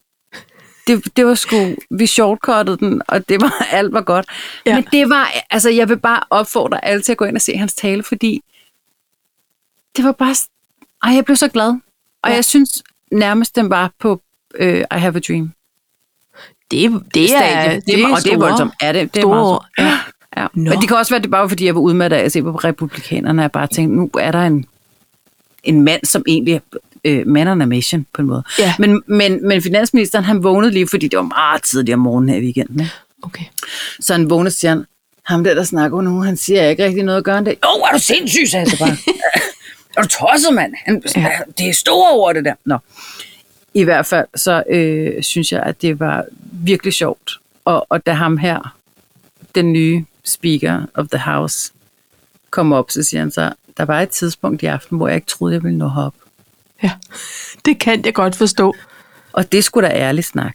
[SPEAKER 2] Det, det var sgu, vi shortcuttede den, og det var, alt var godt.
[SPEAKER 1] Ja.
[SPEAKER 2] Ja. Men det var, altså jeg vil bare opfordre alle til at gå ind og se hans tale, fordi det var bare, s- ej, jeg blev så glad. Og
[SPEAKER 1] Ja.
[SPEAKER 2] ja. jeg synes nærmest, den var på øh, I Have a Dream
[SPEAKER 1] Det, det er,
[SPEAKER 2] stadie. Det, er, og det er
[SPEAKER 1] store-
[SPEAKER 2] voldsomt. Ja, det, det er
[SPEAKER 1] store-
[SPEAKER 2] meget voldsomt.
[SPEAKER 1] ja.
[SPEAKER 2] Ja.
[SPEAKER 1] Nå.
[SPEAKER 2] Men det kan også være, at det bare var, fordi jeg var udmattet af at se på republikanerne, og jeg bare tænkte, nu er der en, en mand, som egentlig er øh, man on a mission, på en måde.
[SPEAKER 1] Ja.
[SPEAKER 2] Men, men, men finansministeren, han vågnede lige, fordi det var meget tidligt om morgenen her i weekenden. Ikke?
[SPEAKER 1] Okay.
[SPEAKER 2] Så han vågnede og siger, han, ham der, der snakker nu, han siger ikke rigtig noget at gøre en dag. Åh, oh, er du sindssyg, sagde jeg så bare. er du tosset, mand? Han, ja. Det er store ord, det der. Nå. I hvert fald, så øh, synes jeg, at det var virkelig sjovt. Og, og da ham her, den nye speaker of the house, kom op, så siger han så, der var et tidspunkt i aften, hvor jeg ikke troede, jeg ville nå herop.
[SPEAKER 1] Ja. Det kan jeg godt forstå.
[SPEAKER 2] Og det skulle da ærligt snak.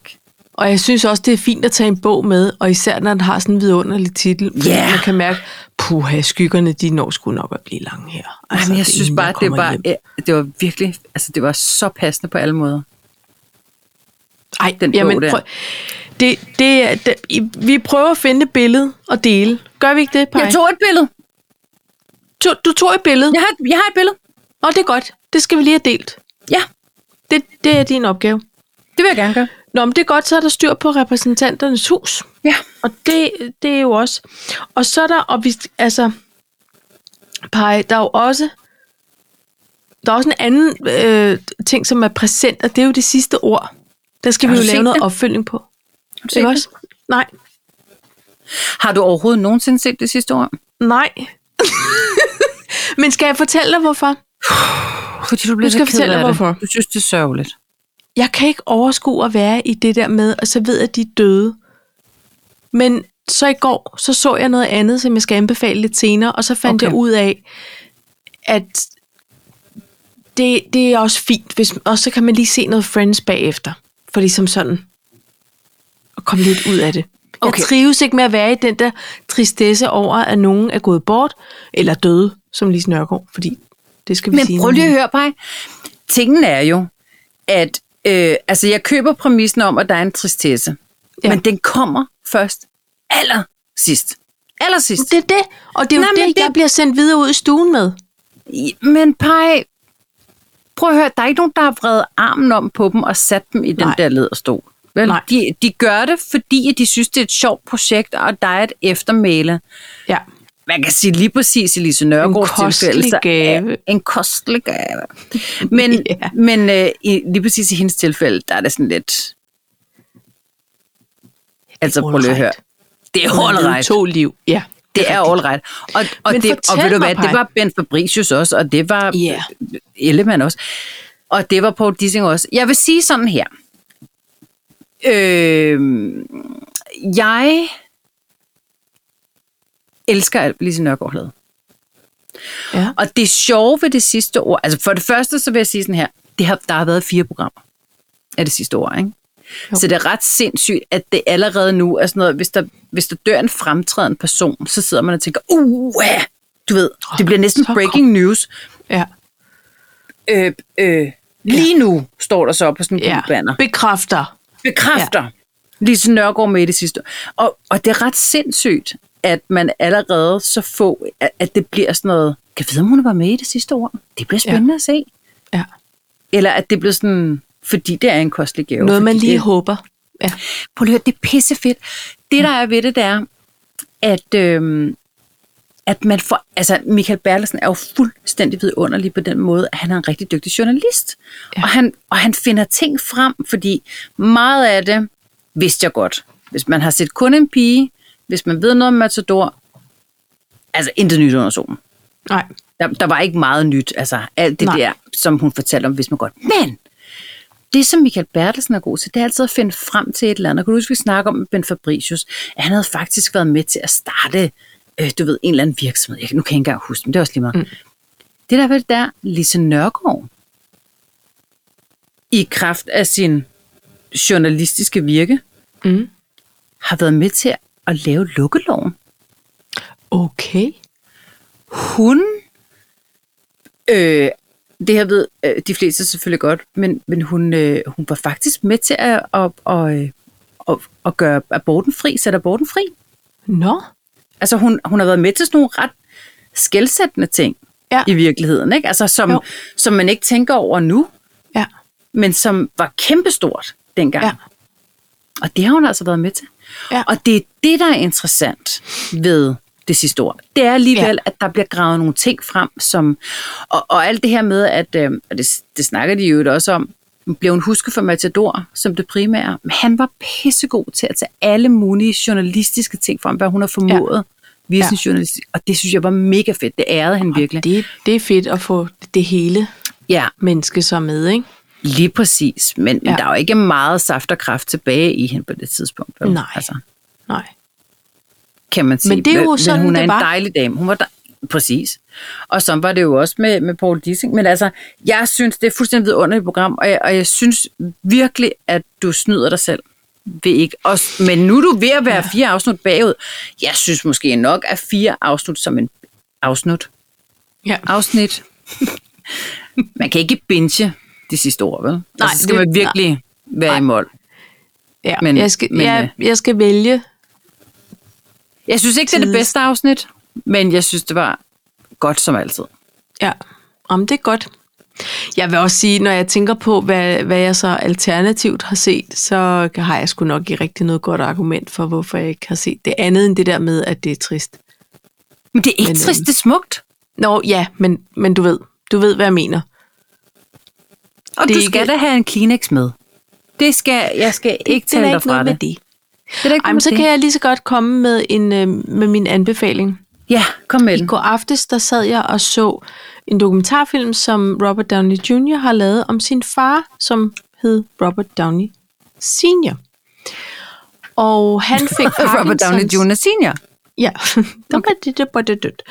[SPEAKER 1] Og jeg synes også, det er fint at tage en bog med, og især når den har sådan en vidunderlig titel, fordi
[SPEAKER 2] Ja.
[SPEAKER 1] man kan mærke, puha, skyggerne, de når sgu nok at blive lange her.
[SPEAKER 2] Altså, Jamen, jeg
[SPEAKER 1] det er
[SPEAKER 2] synes
[SPEAKER 1] inden
[SPEAKER 2] bare, at det
[SPEAKER 1] kommer
[SPEAKER 2] var,
[SPEAKER 1] hjem.
[SPEAKER 2] ja, det var virkelig, altså det var så passende på alle måder.
[SPEAKER 1] Ej,
[SPEAKER 2] den
[SPEAKER 1] den
[SPEAKER 2] bog
[SPEAKER 1] jamen,
[SPEAKER 2] der.
[SPEAKER 1] prøv, det, det, er- det, i- vi prøver at finde billedet og dele. Gør vi ikke det, Paj?
[SPEAKER 2] Jeg tog et billede.
[SPEAKER 1] To- du tog et billede. Ja.
[SPEAKER 2] Jeg har, jeg har et billede.
[SPEAKER 1] Nå, det er godt. Det skal vi lige have delt.
[SPEAKER 2] Ja,
[SPEAKER 1] Det, det er din opgave.
[SPEAKER 2] det vil jeg gerne gøre.
[SPEAKER 1] Nå, men det er godt, så er der styr på repræsentanternes hus.
[SPEAKER 2] Ja.
[SPEAKER 1] Og det, det er jo også. Og så er der, og vi, altså, Paj, der er jo også, der er også en anden øh, ting, som er præsent, og det er jo det sidste ord. Der skal
[SPEAKER 2] Har
[SPEAKER 1] vi jo
[SPEAKER 2] du
[SPEAKER 1] lave
[SPEAKER 2] set
[SPEAKER 1] noget
[SPEAKER 2] det?
[SPEAKER 1] opfølgning på.
[SPEAKER 2] set
[SPEAKER 1] Ikke
[SPEAKER 2] det?
[SPEAKER 1] også? Nej,
[SPEAKER 2] Har du overhovedet nogensinde set det sidste år?
[SPEAKER 1] nej. men skal jeg fortælle dig, hvorfor?
[SPEAKER 2] Fordi du bliver
[SPEAKER 1] skal
[SPEAKER 2] så ked
[SPEAKER 1] fortælle
[SPEAKER 2] af
[SPEAKER 1] mig,
[SPEAKER 2] det.
[SPEAKER 1] hvorfor.
[SPEAKER 2] Du synes, det er sørgeligt.
[SPEAKER 1] jeg kan ikke overskue at være i det der med, og så ved jeg, at de er døde. Men så i går, så så jeg noget andet, som jeg skal anbefale lidt senere, og så fandt okay.
[SPEAKER 2] Okay.
[SPEAKER 1] jeg ud af, at det, det er også fint, hvis, og så kan man lige se noget Friends bagefter, for ligesom sådan at komme lidt ud af det. Okay.
[SPEAKER 2] Okay.
[SPEAKER 1] Jeg trives ikke med at være i den der tristesse over, at nogen er gået bort, eller døde, som Lise Nørgaard, fordi det skal vi sige.
[SPEAKER 2] Men prøv
[SPEAKER 1] når
[SPEAKER 2] lige at høre, Paj. Tingen er jo, at øh, altså, jeg køber præmissen om, at der er en tristesse.
[SPEAKER 1] Ja.
[SPEAKER 2] Ja. Men den kommer først aller sidst. Aller sidst.
[SPEAKER 1] Det er det, og det er jo
[SPEAKER 2] Nej, men
[SPEAKER 1] det,
[SPEAKER 2] det-
[SPEAKER 1] jeg bliver sendt videre ud i stuen med.
[SPEAKER 2] I- Men Paj, prøv at høre, der er ikke nogen, der har vredet armen om på dem og sat dem i den
[SPEAKER 1] Nej.
[SPEAKER 2] der læderstol. Vel,
[SPEAKER 1] Nej.
[SPEAKER 2] de, de gør det, fordi de synes, det er et sjovt projekt, og der er et eftermæle.
[SPEAKER 1] Ja.
[SPEAKER 2] Man kan sige lige præcis i Lise Nørgaards
[SPEAKER 1] En kostelig
[SPEAKER 2] tilfælde. så er-
[SPEAKER 1] gave.
[SPEAKER 2] En kostelig gave. Men,
[SPEAKER 1] Ja.
[SPEAKER 2] yeah. men øh, i, lige præcis i hendes tilfælde, der er det sådan lidt... Altså, prøv lige at
[SPEAKER 1] all
[SPEAKER 2] høre.
[SPEAKER 1] right.
[SPEAKER 2] Det er
[SPEAKER 1] Hun
[SPEAKER 2] all
[SPEAKER 1] har levet
[SPEAKER 2] right.
[SPEAKER 1] To liv. Ja.
[SPEAKER 2] Det er all right. Og, og,
[SPEAKER 1] Men
[SPEAKER 2] det, og
[SPEAKER 1] fortæl
[SPEAKER 2] ved du
[SPEAKER 1] mig,
[SPEAKER 2] hvad,
[SPEAKER 1] Paj.
[SPEAKER 2] det var Ben Fabricius også, og det var
[SPEAKER 1] Ja.
[SPEAKER 2] Ellemann også. Og det var Paul Dissing også. Jeg vil sige sådan her. Øh, jeg elsker alt, hvad Lise Nørgaard lavede.
[SPEAKER 1] Ja.
[SPEAKER 2] Og det sjove ved det sidste år, altså for det første, så vil jeg sige sådan her, det har, der har været fire programmer af det sidste år, ikke?
[SPEAKER 1] Jo.
[SPEAKER 2] Jo. Så det er ret sindssygt, at det allerede nu er sådan noget, hvis der, hvis der dør en fremtrædende person, så sidder man og tænker, uh, du ved, det bliver næsten
[SPEAKER 1] så
[SPEAKER 2] breaking news.
[SPEAKER 1] ja.
[SPEAKER 2] Øh, øh, lige nu står der så på sådan en ja. banner.
[SPEAKER 1] Bekræfter.
[SPEAKER 2] Bekræfter. Ja. Lise Nørgaard med i det sidste. Og, og det er ret sindssygt, at man allerede så få, at, at det bliver sådan noget, kan jeg vide, om hun var med i det sidste år? Det bliver spændende ja. at se.
[SPEAKER 1] Ja.
[SPEAKER 2] Eller at det bliver sådan, fordi det er en kostelig gave.
[SPEAKER 1] Noget,
[SPEAKER 2] fordi
[SPEAKER 1] man lige
[SPEAKER 2] det,
[SPEAKER 1] håber. Ja.
[SPEAKER 2] Prøv lige at høre, det er pissefedt. Det, der er ved det, det er, at, øhm, at man får... Altså, Michael Bertelsen er jo fuldstændig vidunderlig på den måde, at han er en rigtig dygtig journalist. Ja. Og, han, og han finder ting frem, fordi meget af det vidste jeg godt. Hvis man har set kun en pige, hvis man ved noget om Matador, altså intet nyt under solen.
[SPEAKER 1] Nej.
[SPEAKER 2] Der, der var ikke meget nyt, altså alt det
[SPEAKER 1] Nej.
[SPEAKER 2] Nej. der, som hun fortalte om, hvis man godt. Men det, som Michael Bertelsen er god til, det er altid at finde frem til et eller andet. Kan du huske, vi snakker om med Ben Fabricius, at han havde faktisk været med til at starte, øh, du ved, en eller anden virksomhed. Jeg, kan- nu kan jeg ikke engang huske, men det er også lige meget. Mm. Det der vel der, Lise Nørgaard, i kraft af sin journalistiske virke,
[SPEAKER 1] Mm.
[SPEAKER 2] har været med til at lave lukkeloven.
[SPEAKER 1] Okay.
[SPEAKER 2] hun, øh, det her ved øh, de fleste selvfølgelig godt, men, men hun, øh, hun var faktisk med til at, at, at, øh, at, at gøre aborten fri, sætte aborten fri.
[SPEAKER 1] Nå.
[SPEAKER 2] Altså hun, hun har været med til sådan nogle ret skældsættende ting
[SPEAKER 1] Ja.
[SPEAKER 2] i virkeligheden, ikke? Altså som,
[SPEAKER 1] Jo.
[SPEAKER 2] som man ikke tænker over nu,
[SPEAKER 1] Ja.
[SPEAKER 2] men som var kæmpestort dengang.
[SPEAKER 1] Ja.
[SPEAKER 2] Ja. Og det har hun altså været med til.
[SPEAKER 1] Ja.
[SPEAKER 2] Og det er det, der er interessant ved det sidste år. Det er alligevel, ja. at der bliver gravet nogle ting frem, som, og, og alt det her med, at, øh, og det, det snakker de jo også om, blev hun husket for Matador som det primære, men han var pissegod til at tage alle mulige journalistiske ting frem, hvad hun har formået ja. via
[SPEAKER 1] Ja.
[SPEAKER 2] ja. sin journalist, og det synes jeg var mega fedt. Det ærede han virkelig.
[SPEAKER 1] Det, det er fedt at få det hele
[SPEAKER 2] Ja,
[SPEAKER 1] menneske så med, ikke?
[SPEAKER 2] Lige præcis, men
[SPEAKER 1] Ja.
[SPEAKER 2] ja. der er jo ikke meget saft og kraft tilbage i hende på det tidspunkt. Vel?
[SPEAKER 1] Nej.
[SPEAKER 2] Altså,
[SPEAKER 1] Nej.
[SPEAKER 2] kan man sige.
[SPEAKER 1] Men det er jo sådan,
[SPEAKER 2] men hun er
[SPEAKER 1] det
[SPEAKER 2] en
[SPEAKER 1] var.
[SPEAKER 2] dejlig dame. Hun var dej- Præcis. Og så var det jo også med, med Paul Dissing. Men altså, jeg synes, det er fuldstændig vidunderligt program, og jeg, og jeg synes virkelig, at du snyder dig selv. Ved ikke. Også, men nu er du ved at være ja. fire afsnit bagud. Jeg synes måske nok, at fire afsnit som en afsnit.
[SPEAKER 1] Ja.
[SPEAKER 2] afsnit. man kan ikke binge de sidste år, vel? Nej, altså, så skal
[SPEAKER 1] det-
[SPEAKER 2] man virkelig nej. være i mål.
[SPEAKER 1] ja. Men,
[SPEAKER 2] men-
[SPEAKER 1] jeg, skal, men,
[SPEAKER 2] men, øh,
[SPEAKER 1] jeg, jeg skal vælge.
[SPEAKER 2] Jeg synes ikke, det er det
[SPEAKER 1] Tidligst.
[SPEAKER 2] bedste afsnit, men jeg synes, det var godt som altid.
[SPEAKER 1] Ja. Om det er godt. Jeg vil også sige, når jeg tænker på, hvad, hvad jeg så alternativt har set, så har jeg sgu nok ikke rigtig noget godt argument for, hvorfor jeg ikke har set det andet end det der med, at det er trist.
[SPEAKER 2] Men det er ikke
[SPEAKER 1] Men,
[SPEAKER 2] men, øhm, trist, det er smukt.
[SPEAKER 1] Nå, ja, men, men du ved. Du ved, hvad jeg mener.
[SPEAKER 2] Og
[SPEAKER 1] det
[SPEAKER 2] det
[SPEAKER 1] er
[SPEAKER 2] du skal
[SPEAKER 1] ikke-
[SPEAKER 2] da have en Kleenex med. Det skal, jeg skal det, ikke
[SPEAKER 1] det er
[SPEAKER 2] tale
[SPEAKER 1] der
[SPEAKER 2] dig
[SPEAKER 1] ikke
[SPEAKER 2] fra
[SPEAKER 1] noget med
[SPEAKER 2] det.
[SPEAKER 1] det.
[SPEAKER 2] Det er da ikke
[SPEAKER 1] Ej, men så kan jeg lige så godt komme med, en, øh, med min anbefaling.
[SPEAKER 2] Ja, kom med
[SPEAKER 1] I
[SPEAKER 2] den.
[SPEAKER 1] går aftes, der sad jeg og så en dokumentarfilm, som Robert Downey Jr. har lavet om sin far, som hed Robert Downey Senior. Og han fik
[SPEAKER 2] Robert Downey
[SPEAKER 1] Parkinsons-
[SPEAKER 2] Jr. Senior.
[SPEAKER 1] Ja, der var det der både dødt.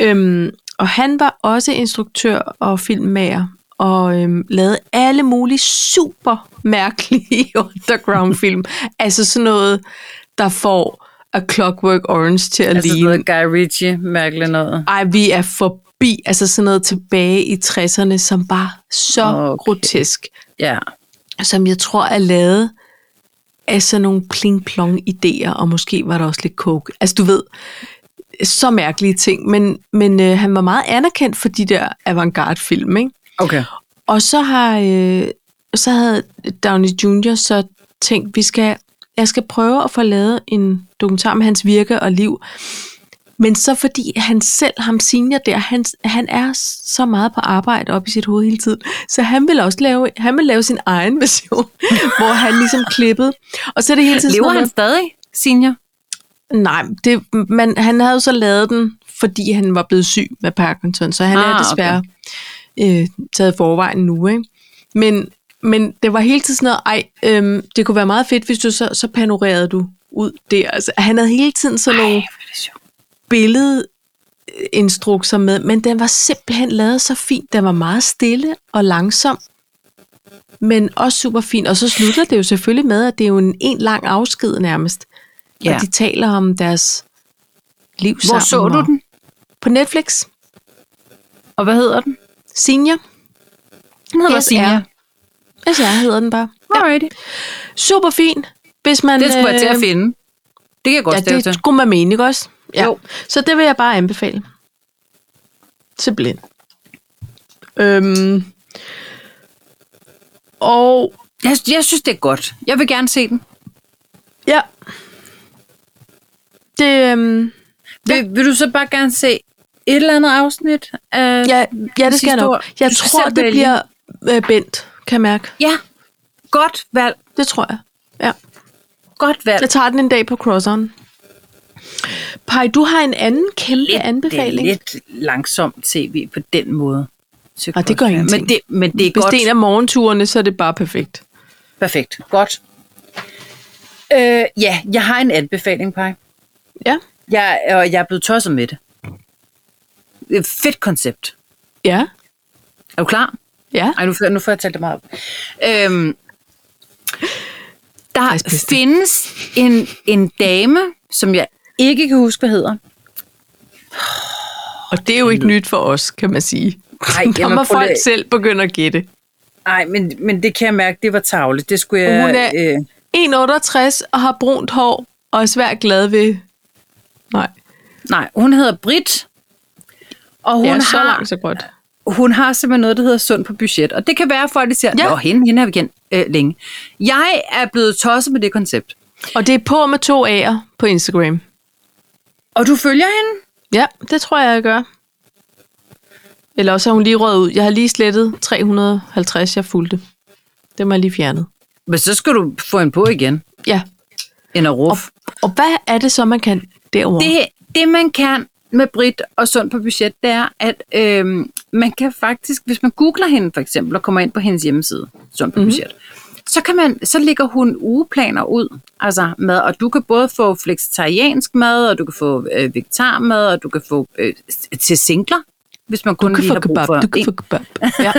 [SPEAKER 1] Øhm, og han var også instruktør og filmmager, og øhm, lavede alle mulige super mærkelige underground-film. altså sådan noget, der får A Clockwork Orange til at
[SPEAKER 2] Altså
[SPEAKER 1] ligne
[SPEAKER 2] noget Guy Ritchie, mærkeligt noget.
[SPEAKER 1] ej, vi er forbi, altså sådan noget tilbage i 60'erne, som var så okay.
[SPEAKER 2] Okay.
[SPEAKER 1] grotesk,
[SPEAKER 2] Ja.
[SPEAKER 1] som jeg tror er lavet af sådan nogle pling-plong idéer, og måske var der også lidt coke. Altså du ved, så mærkelige ting, men, men øh, han var meget anerkendt for de der avantgarde film, ikke?
[SPEAKER 2] Okay.
[SPEAKER 1] Og så har øh, så havde Downey Jr. så tænkt, vi skal, jeg skal prøve at få lavet en dokumentar om hans virke og liv. Men så fordi han selv, ham senior der, han, han er så meget på arbejde op i sit hoved hele tiden, så han vil også lave, han vil lave sin egen version, hvor han ligesom klippede. Og så er det hele tiden sådan
[SPEAKER 2] Lever
[SPEAKER 1] noget med-
[SPEAKER 2] han stadig, senior?
[SPEAKER 1] Nej, det, man, han havde jo så lavet den, fordi han var blevet syg med Parkinson, så han ah,
[SPEAKER 2] Ah,
[SPEAKER 1] er
[SPEAKER 2] okay.
[SPEAKER 1] desværre okay. øh, taget forvejen nu. Ikke? Men, men det var hele tiden sådan noget, ej, øhm, det kunne være meget fedt, hvis du så, så panorerede du ud der. Altså, han havde hele tiden sådan nogle billedinstrukser med, men den var simpelthen lavet så fint. Den var meget stille og langsom, men også super fin. Og så slutter det jo selvfølgelig med, at det er jo en, en lang afsked nærmest. Ja.
[SPEAKER 2] Ja.
[SPEAKER 1] Og de taler om deres liv
[SPEAKER 2] Hvor
[SPEAKER 1] sammen.
[SPEAKER 2] så du
[SPEAKER 1] og-
[SPEAKER 2] den?
[SPEAKER 1] På Netflix.
[SPEAKER 2] Og hvad hedder den?
[SPEAKER 1] Senior.
[SPEAKER 2] Den hedder
[SPEAKER 1] SR.
[SPEAKER 2] Senior.
[SPEAKER 1] SR hedder den bare.
[SPEAKER 2] Alrighty.
[SPEAKER 1] Super fin. Hvis man,
[SPEAKER 2] Den skulle være til at
[SPEAKER 1] øh,
[SPEAKER 2] finde. Det kan jeg godt ja,
[SPEAKER 1] Ja,
[SPEAKER 2] stave til.
[SPEAKER 1] det skulle man mene, ikke også? Ja.
[SPEAKER 2] Jo.
[SPEAKER 1] Så det vil jeg bare anbefale. Simpelthen. Øhm. Og
[SPEAKER 2] Jeg, jeg synes, det er godt. Jeg vil gerne se den.
[SPEAKER 1] ja, det, øhm,
[SPEAKER 2] Ja. Vil, vil du så bare gerne se et eller andet afsnit? Af...
[SPEAKER 1] ja, ja, det skal jeg
[SPEAKER 2] Sidste
[SPEAKER 1] nok.
[SPEAKER 2] ord.
[SPEAKER 1] Jeg
[SPEAKER 2] Du skal
[SPEAKER 1] tror,
[SPEAKER 2] selv
[SPEAKER 1] det
[SPEAKER 2] vælge.
[SPEAKER 1] bliver øh, Bent, kan jeg mærke.
[SPEAKER 2] ja. Godt valg.
[SPEAKER 1] Det tror jeg. Ja.
[SPEAKER 2] Godt valg.
[SPEAKER 1] Jeg tager den en dag på crosseren. Pej, du har en anden kæmpe lidt, anbefaling.
[SPEAKER 2] Det er lidt langsomt tv på den måde. Så
[SPEAKER 1] Ah, det gør
[SPEAKER 2] godt.
[SPEAKER 1] ingenting.
[SPEAKER 2] Men det, men det er
[SPEAKER 1] Hvis
[SPEAKER 2] godt.
[SPEAKER 1] det er en af morgenturene, så er det bare perfekt.
[SPEAKER 2] Perfekt. Godt. Øh, ja, jeg har en anbefaling, Paj.
[SPEAKER 1] Ja.
[SPEAKER 2] Jeg, og jeg er blevet tosset med det. Det er et fedt koncept.
[SPEAKER 1] Ja.
[SPEAKER 2] Er du klar?
[SPEAKER 1] Ja.
[SPEAKER 2] Ej, nu, får- nu får jeg talt det meget op. Øhm, der
[SPEAKER 1] Ej, spis det.
[SPEAKER 2] findes en, en dame, som jeg ikke kan huske, hvad hedder.
[SPEAKER 1] Og det er jo ikke nyt for os, kan man sige.
[SPEAKER 2] Ej,
[SPEAKER 1] Når
[SPEAKER 2] eller
[SPEAKER 1] man
[SPEAKER 2] prøv
[SPEAKER 1] folk
[SPEAKER 2] lige-
[SPEAKER 1] selv begynder at gætte.
[SPEAKER 2] Nej, men, men det kan jeg mærke, det var tavligt. Det skulle jeg...
[SPEAKER 1] Hun er-
[SPEAKER 2] øh,
[SPEAKER 1] 1,68 og har brunt hår og er svært glad ved... Nej,
[SPEAKER 2] nej, hun hedder Brit. Og hun,
[SPEAKER 1] ja, så
[SPEAKER 2] har,
[SPEAKER 1] langt så godt.
[SPEAKER 2] hun har simpelthen noget, der hedder sund på budget. Og det kan være, at folk de siger,
[SPEAKER 1] Ja.
[SPEAKER 2] ja. Nå, hende, hende har vi kendt øh, længe. Jeg er blevet tosset med det koncept.
[SPEAKER 1] Og det er på med to A'er på Instagram.
[SPEAKER 2] Og du følger hende?
[SPEAKER 1] Ja, det tror jeg, jeg gør. Eller også har hun lige røget ud. Jeg har lige slettet 350, jeg fulgte. Dem har jeg lige fjernet.
[SPEAKER 2] Men så skal du få hende på igen.
[SPEAKER 1] Ja,
[SPEAKER 2] En af ruf.
[SPEAKER 1] og hvad er det så, man kan derover?
[SPEAKER 2] Det, det man kan med Brit og Sund på budget, det er, at øhm, man kan faktisk, hvis man googler hende for eksempel, og kommer ind på hendes hjemmeside, Sund
[SPEAKER 1] Mhm.
[SPEAKER 2] på mm-hmm. budget, så, kan man, så ligger hun ugeplaner ud, altså mad, og du kan både få flexitariansk mad, og du kan få øh, vegetarmad, og du kan få øh, s- til singler, hvis man kun
[SPEAKER 1] du kan
[SPEAKER 2] lige
[SPEAKER 1] få
[SPEAKER 2] har brug
[SPEAKER 1] kebab,
[SPEAKER 2] for
[SPEAKER 1] du kan
[SPEAKER 2] en.
[SPEAKER 1] få kebab. Ja,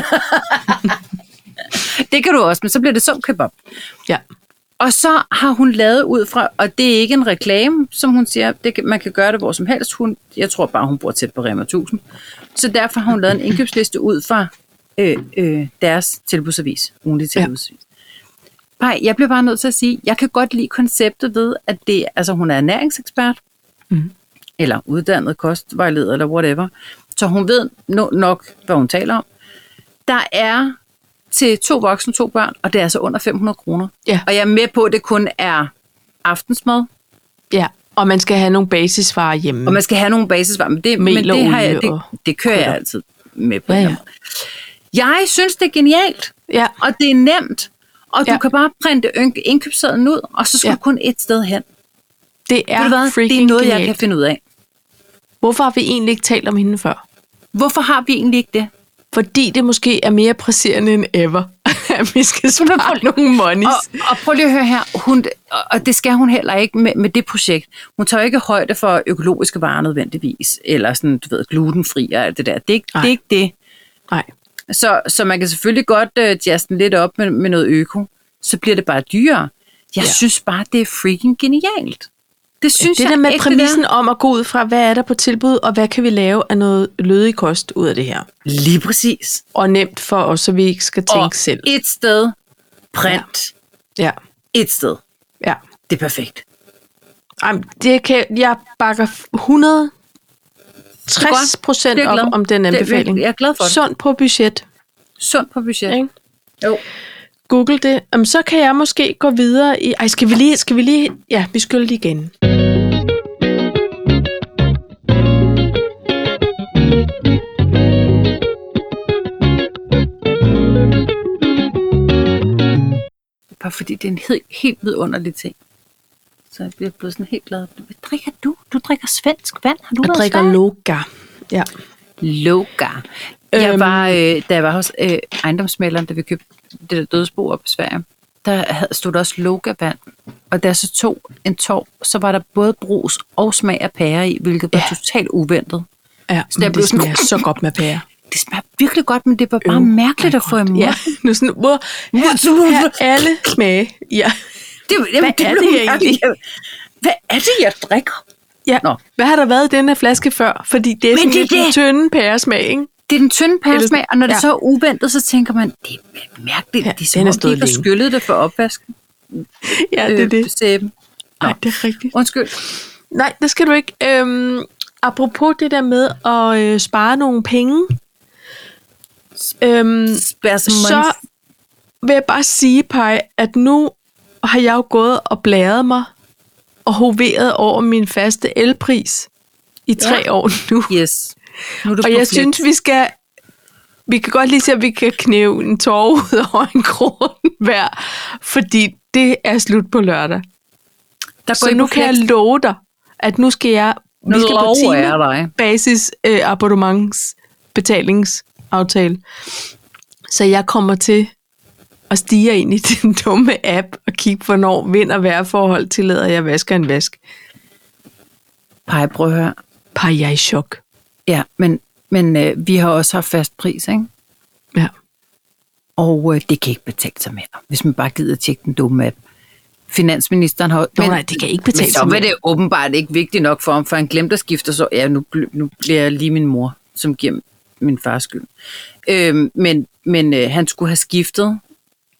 [SPEAKER 2] Det kan du også, men så bliver det sund kebab.
[SPEAKER 1] ja.
[SPEAKER 2] Og så har hun lavet ud fra, og det er ikke en reklame, som hun siger, det, kan- man kan gøre det hvor som helst. Hun, jeg tror bare, hun bor tæt på Rema 1000. Så derfor har hun lavet en indkøbsliste ud fra øh, øh, deres tilbudsavis, ugenlige
[SPEAKER 1] Ja.
[SPEAKER 2] tilbudsavis. Ja. Nej, jeg bliver bare nødt til at sige, jeg kan godt lide konceptet ved, at det, altså hun er ernæringsekspert,
[SPEAKER 1] Mm-hmm.
[SPEAKER 2] eller uddannet kostvejleder, eller whatever. Så hun ved no- nok, hvad hun taler om. Der er til to voksne, to børn, og det er altså under 500 kroner.
[SPEAKER 1] Ja.
[SPEAKER 2] Og jeg er med på, at det kun er aftensmad, mm.
[SPEAKER 1] ja. Og man skal have nogle basisvarer hjemme.
[SPEAKER 2] og man skal have nogle basisvarer, men det,
[SPEAKER 1] Mm. Mel
[SPEAKER 2] men
[SPEAKER 1] og
[SPEAKER 2] det, har jeg,
[SPEAKER 1] olie
[SPEAKER 2] det,
[SPEAKER 1] og
[SPEAKER 2] det kører jeg
[SPEAKER 1] krydder.
[SPEAKER 2] altid med på.
[SPEAKER 1] Ja,
[SPEAKER 2] den
[SPEAKER 1] ja.
[SPEAKER 2] her måde. Jeg synes, det er genialt,
[SPEAKER 1] Ja,
[SPEAKER 2] og det er nemt, og
[SPEAKER 1] Ja.
[SPEAKER 2] du kan bare printe ynk- indkøbssedlen ud, og så skal
[SPEAKER 1] Ja.
[SPEAKER 2] du kun et sted hen.
[SPEAKER 1] det er
[SPEAKER 2] Ved du hvad?
[SPEAKER 1] freaking
[SPEAKER 2] Det er noget,
[SPEAKER 1] genialt.
[SPEAKER 2] jeg kan finde ud af.
[SPEAKER 1] Hvorfor har vi egentlig ikke talt om hende før?
[SPEAKER 2] Hvorfor har vi egentlig ikke det?
[SPEAKER 1] Fordi det måske er mere presserende end ever, at vi skal spare nogle monies.
[SPEAKER 2] Og, og prøv lige at høre her, hun, og- og det skal hun heller ikke med, med det projekt. Hun tager jo ikke højde for økologiske varer nødvendigvis, eller sådan, du ved, glutenfri og alt det der. Det er ikke det.
[SPEAKER 1] Nej.
[SPEAKER 2] Er ikke det.
[SPEAKER 1] Nej,
[SPEAKER 2] Så, så man kan selvfølgelig godt øh, jazze den lidt op med, med noget øko, så bliver det bare dyrere. Jeg
[SPEAKER 1] Ja.
[SPEAKER 2] ja. synes bare, det er freaking genialt. Det synes
[SPEAKER 1] det
[SPEAKER 2] jeg
[SPEAKER 1] der med
[SPEAKER 2] ægte,
[SPEAKER 1] præmissen om at gå ud fra, hvad er der på tilbud, og hvad kan vi lave af noget lødig kost ud af det her?
[SPEAKER 2] Det er. Lige præcis.
[SPEAKER 1] Og nemt for os, så vi ikke skal tænke
[SPEAKER 2] og
[SPEAKER 1] selv.
[SPEAKER 2] et sted, print,
[SPEAKER 1] Ja,
[SPEAKER 2] ja. et sted.
[SPEAKER 1] ja.
[SPEAKER 2] Det er perfekt.
[SPEAKER 1] Ej, men det kan, jeg bakker 160 procent
[SPEAKER 2] Det er jeg glad.
[SPEAKER 1] op om den
[SPEAKER 2] Det er
[SPEAKER 1] anbefaling.
[SPEAKER 2] virkelig- jeg er glad for det.
[SPEAKER 1] Sund på budget.
[SPEAKER 2] Sundt på budget.
[SPEAKER 1] Ikke?
[SPEAKER 2] Jo.
[SPEAKER 1] Google det. Jamen, så kan jeg måske gå videre i... Ej, skal vi lige... Skal vi lige ja, vi skylder lige igen.
[SPEAKER 2] Bare fordi det er en helt, helt vidunderlig ting. Så jeg bliver blevet sådan helt glad. Hvad drikker du? Du drikker svensk vand. Har du
[SPEAKER 1] Jeg
[SPEAKER 2] været i
[SPEAKER 1] drikker
[SPEAKER 2] Sverige?
[SPEAKER 1] Loka. Ja.
[SPEAKER 2] Loka. Jeg
[SPEAKER 1] Øhm.
[SPEAKER 2] var, øh, da jeg var hos øh, ejendomsmælderen, da vi købte det der dødsbo op i Sverige, der havde, stod der også Loka-vand. Og da jeg så tog en tår, så var der både brus og smag af pære i, hvilket var
[SPEAKER 1] Ja.
[SPEAKER 2] totalt uventet.
[SPEAKER 1] ja
[SPEAKER 2] jeg
[SPEAKER 1] men
[SPEAKER 2] blev
[SPEAKER 1] det
[SPEAKER 2] sådan-
[SPEAKER 1] smager så godt med pære.
[SPEAKER 2] Det smager virkelig godt, men det var bare mærkeligt at få i munden.
[SPEAKER 1] Ja, nu sådan, hvor her, her er alle smage. Ja.
[SPEAKER 2] Det, jamen,
[SPEAKER 1] Hvad er
[SPEAKER 2] blev
[SPEAKER 1] det egentlig?
[SPEAKER 2] mærkeligt. Hvad er det, jeg drikker?
[SPEAKER 1] ja.
[SPEAKER 2] Nå.
[SPEAKER 1] Hvad har der været i den her flaske før? Fordi det er
[SPEAKER 2] Men
[SPEAKER 1] sådan
[SPEAKER 2] det er
[SPEAKER 1] lidt en
[SPEAKER 2] det.
[SPEAKER 1] tynde pæresmag, ikke?
[SPEAKER 2] Det er den tynde
[SPEAKER 1] Eller
[SPEAKER 2] pæresmag,
[SPEAKER 1] sådan-
[SPEAKER 2] og når det
[SPEAKER 1] ja.
[SPEAKER 2] så er uventet, så tænker man, det er mærkeligt,
[SPEAKER 1] Ja,
[SPEAKER 2] ja, det er
[SPEAKER 1] den
[SPEAKER 2] som
[SPEAKER 1] har
[SPEAKER 2] om, de
[SPEAKER 1] stået
[SPEAKER 2] ikke har
[SPEAKER 1] længe.
[SPEAKER 2] skyllet det for opvasken.
[SPEAKER 1] ja,
[SPEAKER 2] Øh,
[SPEAKER 1] det er det.
[SPEAKER 2] sæben.
[SPEAKER 1] Nej, det er rigtigt.
[SPEAKER 2] Undskyld.
[SPEAKER 1] Nej, det skal du ikke. Øhm, apropos det der med at øh, spare nogle penge, øhm, så vil jeg bare sige, Paj, at nu har jeg jo gået og blæret mig og hoveret over min faste elpris i tre
[SPEAKER 2] Ja.
[SPEAKER 1] år nu.
[SPEAKER 2] Yes. Nu er du
[SPEAKER 1] Og
[SPEAKER 2] på
[SPEAKER 1] jeg
[SPEAKER 2] flex.
[SPEAKER 1] synes, vi skal... Vi kan godt lige se, om vi kan knæve en tårer ud over en krone hver, fordi det er slut på lørdag.
[SPEAKER 2] der går
[SPEAKER 1] Så nu kan jeg love dig, at nu skal jeg...
[SPEAKER 2] Nu
[SPEAKER 1] vi skal på
[SPEAKER 2] lover jeg dig.
[SPEAKER 1] basis øh, abonnements betalingsaftale. Så jeg kommer til at stige ind i den dumme app og kigge, hvornår vind- og vejrforhold tillader, at jeg vasker en vask.
[SPEAKER 2] Pej, prøv at høre.
[SPEAKER 1] Par, jeg er i chok.
[SPEAKER 2] Ja, men, men øh, vi har også haft fast pris, ikke?
[SPEAKER 1] Ja.
[SPEAKER 2] Og øh, det kan ikke betale sig mere, hvis man bare gider tjekke den dumme app. Finansministeren har...
[SPEAKER 1] Nå, nej, det kan ikke betale
[SPEAKER 2] men så
[SPEAKER 1] sig
[SPEAKER 2] var
[SPEAKER 1] mere.
[SPEAKER 2] det åbenbart ikke vigtigt nok for ham, for han glemte at skifte, så ja, nu, bl- nu bliver jeg lige min mor, som giver min fars skyld. Øhm, men men øh, han skulle have skiftet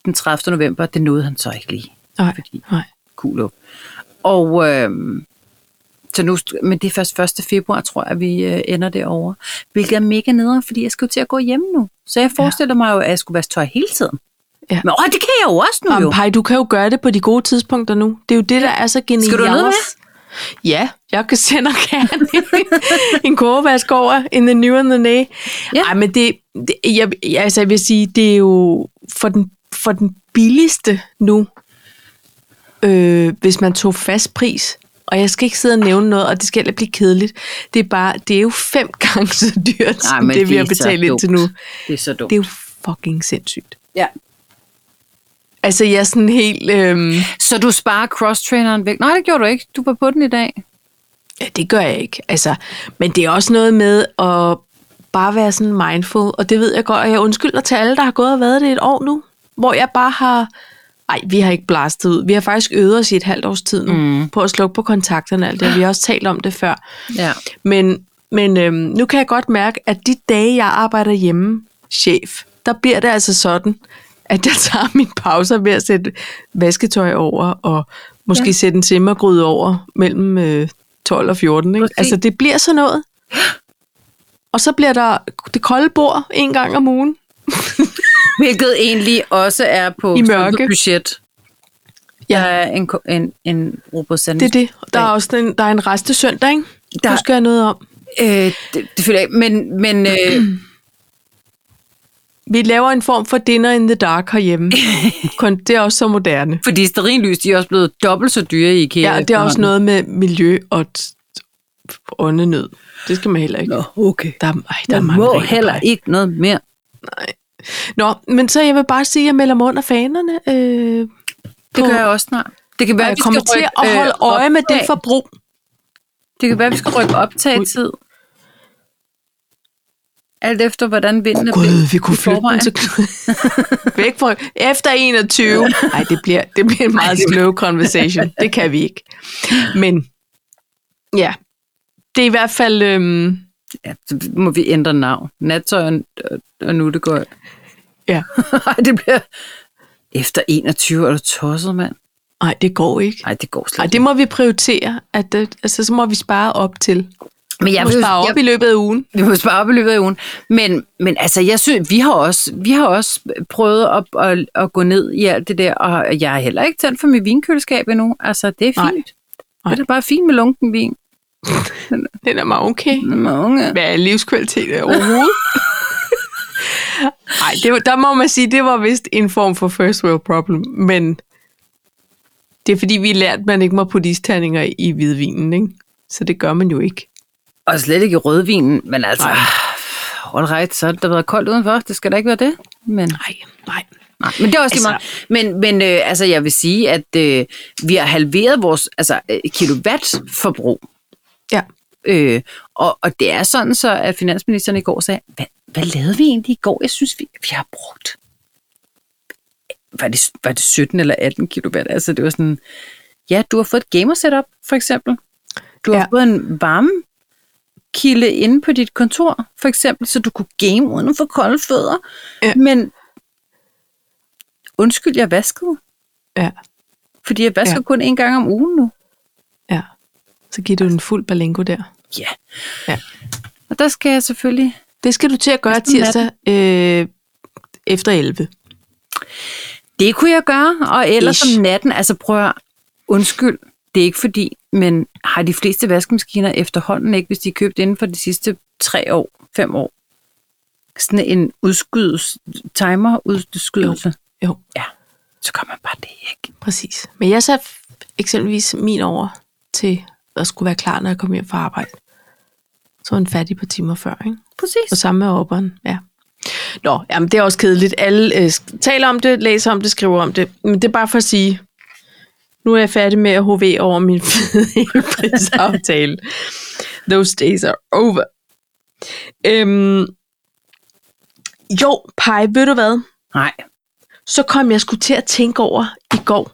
[SPEAKER 2] den 30. november, det nåede han så ikke lige.
[SPEAKER 1] Nej, nej.
[SPEAKER 2] Cool op. Og øhm, så nu, st- men det er først 1. februar, tror jeg, vi øh, ender det over. Hvilket er mega nederen, fordi jeg skal jo til at gå hjem nu. Så jeg forestiller ja. mig jo, at jeg skulle vaske tøj hele tiden.
[SPEAKER 1] Ja.
[SPEAKER 2] Men åh, det kan jeg jo også nu
[SPEAKER 1] Jamen,
[SPEAKER 2] jo.
[SPEAKER 1] Paj, du kan jo gøre det på de gode tidspunkter nu. Det er jo det, der er så genialt.
[SPEAKER 2] Skal du ned med?
[SPEAKER 1] Ja, jeg kan sende og gerne en kogevask over in the new and the nay.
[SPEAKER 2] Ja.
[SPEAKER 1] Ja. Ej, men det, det jeg, jeg- altså jeg vil sige, det er jo for den, for den billigste nu, øh, hvis man tog fast pris. Og jeg skal ikke sidde og nævne noget, og det skal heller ikke blive kedeligt. Det er bare, det er jo fem gange så dyrt,
[SPEAKER 2] Nej,
[SPEAKER 1] som
[SPEAKER 2] men
[SPEAKER 1] det, det vi har
[SPEAKER 2] er så
[SPEAKER 1] betalt indtil
[SPEAKER 2] dumt.
[SPEAKER 1] nu.
[SPEAKER 2] Det er så dumt.
[SPEAKER 1] Det er jo fucking sindssygt.
[SPEAKER 2] Ja.
[SPEAKER 1] Altså, jeg er sådan helt... Øh,
[SPEAKER 2] Så du sparer cross-traineren væk? Nej, det gjorde du ikke. Du var på den i dag.
[SPEAKER 1] Ja, det gør jeg ikke. Altså, men det er også noget med at bare være sådan mindful, og det ved jeg godt, og jeg undskylder til alle, der har gået og været det et år nu, hvor jeg bare har... Ej, vi har ikke blastet ud. Vi har faktisk øvet os i et halvt års tid nu, mm. på at slukke på kontakterne og alt det. Vi har også talt om det før.
[SPEAKER 2] Ja.
[SPEAKER 1] Men, men øhm, nu kan jeg godt mærke, at de dage, jeg arbejder hjemme, chef, der bliver det altså sådan, at jeg tager mine pauser ved at sætte vasketøj over, og måske ja. sætte en simmergryde over mellem øh, 12 og 14. Ikke?
[SPEAKER 2] Præcis.
[SPEAKER 1] Altså, det bliver sådan noget. Og så bliver der det kolde bord en gang om ugen.
[SPEAKER 2] Hvilket egentlig også er på
[SPEAKER 1] I mørke.
[SPEAKER 2] sådan et budget.
[SPEAKER 1] Ja.
[SPEAKER 2] Ja. Der er en, ko- en, en robot
[SPEAKER 1] Det er det. Der er også en, der er en reste søndag, ikke?
[SPEAKER 2] Der-
[SPEAKER 1] Der... Du skal have noget om.
[SPEAKER 2] Øh, det, det føler jeg ikke. Men, men øh,
[SPEAKER 1] Vi laver en form for dinner in the dark herhjemme. Kun det er også så moderne.
[SPEAKER 2] fordi sterinlys, de er også blevet dobbelt så dyre i IKEA.
[SPEAKER 1] Ja, det er også noget med miljø og t- t- åndenød. Det skal man heller ikke. Nå.
[SPEAKER 2] okay.
[SPEAKER 1] Der, er- ej, der
[SPEAKER 2] Der
[SPEAKER 1] er
[SPEAKER 2] man
[SPEAKER 1] mange
[SPEAKER 2] må
[SPEAKER 1] regler,
[SPEAKER 2] heller
[SPEAKER 1] Paj.
[SPEAKER 2] ikke noget mere.
[SPEAKER 1] Nå, men så jeg vil bare sige, at jeg melder mig under fanerne. Øh,
[SPEAKER 2] Det
[SPEAKER 1] på-
[SPEAKER 2] gør jeg også snart. Det kan
[SPEAKER 1] og
[SPEAKER 2] være,
[SPEAKER 1] jeg
[SPEAKER 2] vi
[SPEAKER 1] kommer
[SPEAKER 2] skal
[SPEAKER 1] til
[SPEAKER 2] rykke,
[SPEAKER 1] at holde
[SPEAKER 2] øh,
[SPEAKER 1] øje med det
[SPEAKER 2] optag.
[SPEAKER 1] forbrug.
[SPEAKER 2] Det kan være, vi skal rykke optag tid. Alt efter, hvordan vinden er blevet
[SPEAKER 1] Gud, vi kunne
[SPEAKER 2] i
[SPEAKER 1] flytte den
[SPEAKER 2] forvejen.
[SPEAKER 1] til Væk fra, efter 21. Nej, det bliver, det bliver en meget slow conversation. Det kan vi ikke. Men ja, det er i hvert fald... Øhm,
[SPEAKER 2] Ja, så må vi ændre navn. Nattøj og, og, og nuttegøj.
[SPEAKER 1] ja,
[SPEAKER 2] Nej, det bliver... Efter 21 er du tosset, mand.
[SPEAKER 1] nej, det går ikke.
[SPEAKER 2] Nej, det går slet
[SPEAKER 1] Ej, det må vi prioritere. At, øh, altså, så må vi spare op til.
[SPEAKER 2] ikke. Men
[SPEAKER 1] Jeg vil spare op
[SPEAKER 2] jeg,
[SPEAKER 1] i løbet af ugen.
[SPEAKER 2] Vi må spare op i løbet af ugen. Men, men altså, jeg synes, vi har også, vi har også prøvet at, at, at, gå ned i alt det der, og jeg er heller ikke tændt for mit vinkøleskab endnu. Altså, det er
[SPEAKER 1] Nej.
[SPEAKER 2] fint. Nej.
[SPEAKER 1] Nej.
[SPEAKER 2] Det er da bare fint med lunken vin. Mm,
[SPEAKER 1] Den er meget okay.
[SPEAKER 2] Mange.
[SPEAKER 1] Hvad er livskvalitet er overhovedet? Nej, det, var- der må man sige, det var vist en form for first world problem, men det er fordi, vi lærte, at man ikke må putte isterninger i hvidvinen, ikke? Så det gør man jo ikke.
[SPEAKER 2] Og slet ikke i rødvinen, men altså... Nej. All right, så har det været koldt udenfor. Det skal da ikke være det. Men,
[SPEAKER 1] Nej, nej.
[SPEAKER 2] nej, men det er også lige
[SPEAKER 1] Altså-
[SPEAKER 2] meget. Men, men øh, altså, jeg vil sige, at øh, vi har halveret vores altså, øh, kilowattforbrug.
[SPEAKER 1] Ja,
[SPEAKER 2] Øh, og, og det er sådan så, at finansministeren i går sagde, hvad, hvad lavede vi egentlig i går? Jeg synes, vi, vi har brugt... Var det, var det 17 eller 18 kilowatt? Altså, det var sådan... Ja, du har fået et gamer setup, for eksempel. Du har ja.
[SPEAKER 1] Ja.
[SPEAKER 2] fået en varme kilde inde på dit kontor, for eksempel, så du kunne game uden at få kolde fødder.
[SPEAKER 1] Ja.
[SPEAKER 2] Men undskyld, jeg vaskede.
[SPEAKER 1] ja.
[SPEAKER 2] Fordi jeg vasker
[SPEAKER 1] Ja.
[SPEAKER 2] ja. kun en gang om ugen nu.
[SPEAKER 1] Ja. Så giver du en fuld balingo der.
[SPEAKER 2] Ja.
[SPEAKER 1] Ja.
[SPEAKER 2] Og der skal jeg selvfølgelig...
[SPEAKER 1] Det skal du til at gøre
[SPEAKER 2] Efter natten.
[SPEAKER 1] tirsdag øh, efter 11.
[SPEAKER 2] Det kunne jeg gøre, og ellers
[SPEAKER 1] Ish.
[SPEAKER 2] Ish. om natten, altså prøv at høre. undskyld, det er ikke fordi, men har de fleste vaskemaskiner efterhånden ikke, hvis de er købt inden for de sidste tre år, fem år, sådan en udskydelse, timer udskydelse,
[SPEAKER 1] Jo,
[SPEAKER 2] så kommer man bare det ikke.
[SPEAKER 1] præcis. Men jeg satte eksempelvis min over til at skulle være klar, når jeg kom hjem fra arbejde. Så var den færdig på timer før, ikke?
[SPEAKER 2] Præcis.
[SPEAKER 1] Og samme med opperen, ja. Nå, jamen det er også kedeligt. Alle øh, sk- taler om det, læser om det, skriver om det. Men det er bare for at sige, nu er jeg færdig med at HV over min fede prisaftale. Those days are over. Øhm, jo, Pai, ved du hvad?
[SPEAKER 2] Nej.
[SPEAKER 1] Så kom jeg sgu til at tænke over i går.